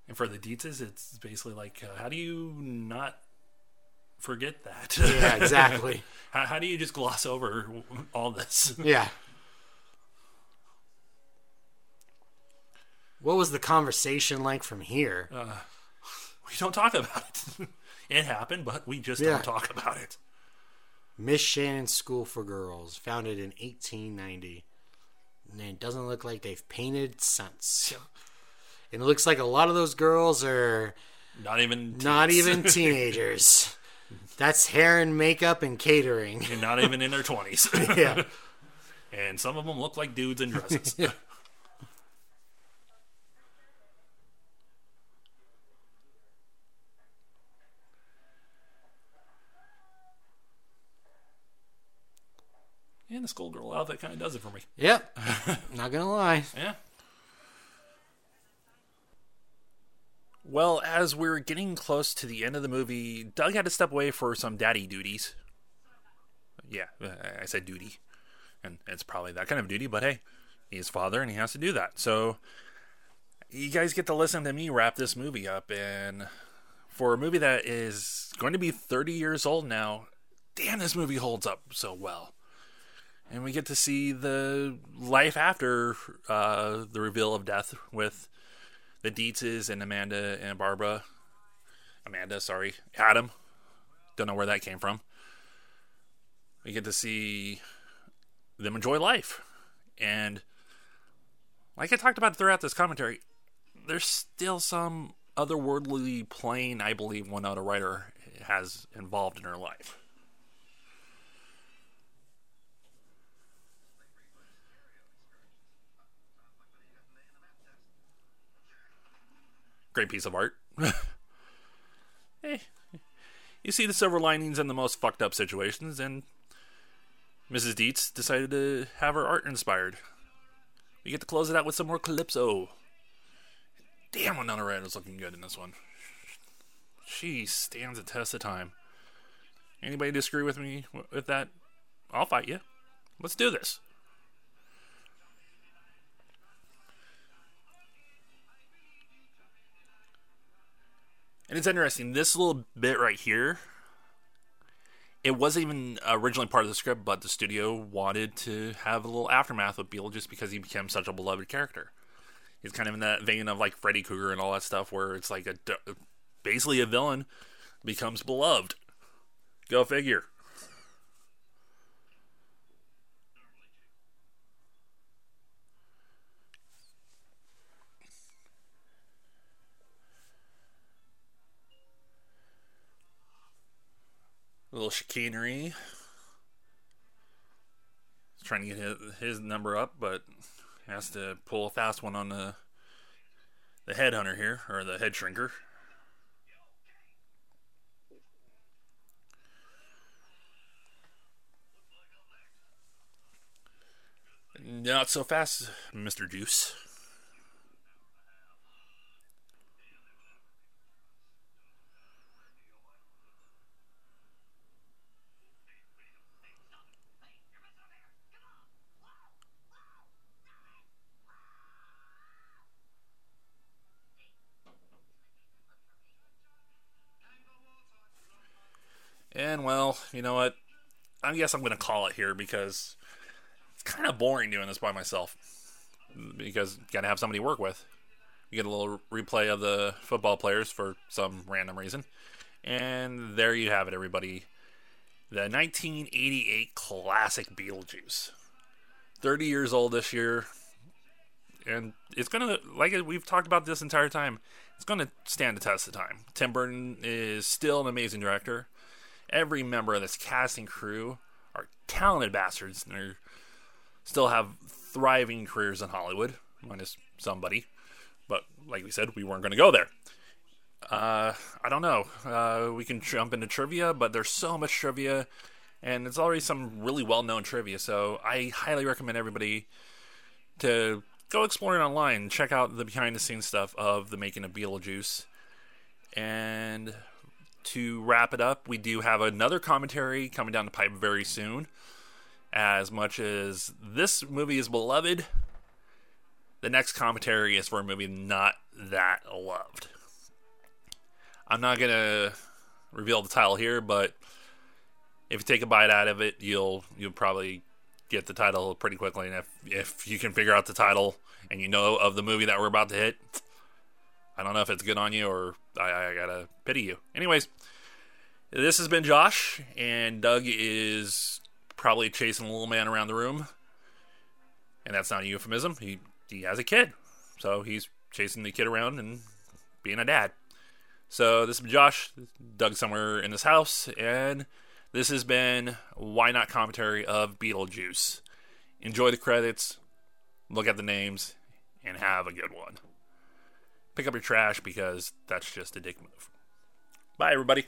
Speaker 2: And for the Dietzes, it's basically like, uh, how do you not forget that?
Speaker 1: Yeah, exactly.
Speaker 2: how, how do you just gloss over all this?
Speaker 1: yeah. What was the conversation like from here?
Speaker 2: We don't talk about it. It happened, but we just
Speaker 1: Yeah.
Speaker 2: don't talk about it.
Speaker 1: Miss Shannon School for Girls, founded in 1890. And it doesn't look like they've painted since. And it looks like a lot of those girls are
Speaker 2: Not even
Speaker 1: not
Speaker 2: teens.
Speaker 1: even teenagers. That's hair and makeup and catering.
Speaker 2: and not even in their twenties.
Speaker 1: Yeah.
Speaker 2: and some of them look like dudes in dresses. And the schoolgirl outfit kind of does it for me.
Speaker 1: Yep. Not gonna lie.
Speaker 2: Yeah. Well, as we're getting close to the end of the movie, Doug had to step away for some daddy duties. Yeah, I- I said duty. And it's probably that kind of duty, but hey, he's father and he has to do that. So you guys get to listen to me wrap this movie up. And for a movie that is going to be 30 years old now, damn, this movie holds up so well and we get to see the life after uh, the reveal of death with the Dietzes and Amanda and Barbara. Amanda, sorry, Adam. Don't know where that came from. We get to see them enjoy life, and like I talked about throughout this commentary, there's still some otherworldly plane I believe Winona Ryder has involved in her life. great piece of art. Eh, You see the silver linings in the most fucked up situations, and Mrs. Dietz decided to have her art inspired. We get to close it out with some more Calypso. Damn, Winona Ryder's looking good in this one. She stands the test of time. Anybody disagree with me w- with that? I'll fight you. Let's do this. And it's interesting, this little bit right here, it wasn't even originally part of the script, but the studio wanted to have a little aftermath with Beale just because he became such a beloved character. He's kind of in that vein of like Freddy Krueger and all that stuff, where it's like a d- basically a villain becomes beloved. Go figure. A little chicanery. He's trying to get his, his number up, but has to pull a fast one on the the headhunter here or the head shrinker. Not so fast, Mr. Juice. And well, you know what? I guess I'm going to call it here because it's kind of boring doing this by myself. Because got to have somebody to work with. You get a little replay of the football players for some random reason. And there you have it, everybody. The 1988 classic Beetlejuice. 30 years old this year. And it's going to, like we've talked about this entire time, it's going to stand the test of time. Tim Burton is still an amazing director every member of this casting crew are talented bastards and are, still have thriving careers in Hollywood, minus somebody. But like we said, we weren't going to go there. Uh, I don't know. Uh, we can jump into trivia, but there's so much trivia, and it's already some really well-known trivia. So I highly recommend everybody to go exploring online, check out the behind-the-scenes stuff of the making of Beetlejuice, and to wrap it up, we do have another commentary coming down the pipe very soon. As much as this movie is beloved, the next commentary is for a movie not that loved. I'm not gonna reveal the title here, but if you take a bite out of it, you'll you'll probably get the title pretty quickly. And if if you can figure out the title and you know of the movie that we're about to hit, I don't know if it's good on you or I, I gotta pity you. Anyways, this has been Josh, and Doug is probably chasing a little man around the room, and that's not a euphemism. He he has a kid, so he's chasing the kid around and being a dad. So this has been Josh, Doug somewhere in this house, and this has been Why Not Commentary of Beetlejuice. Enjoy the credits, look at the names, and have a good one. Pick up your trash because that's just a dick move. Bye, everybody.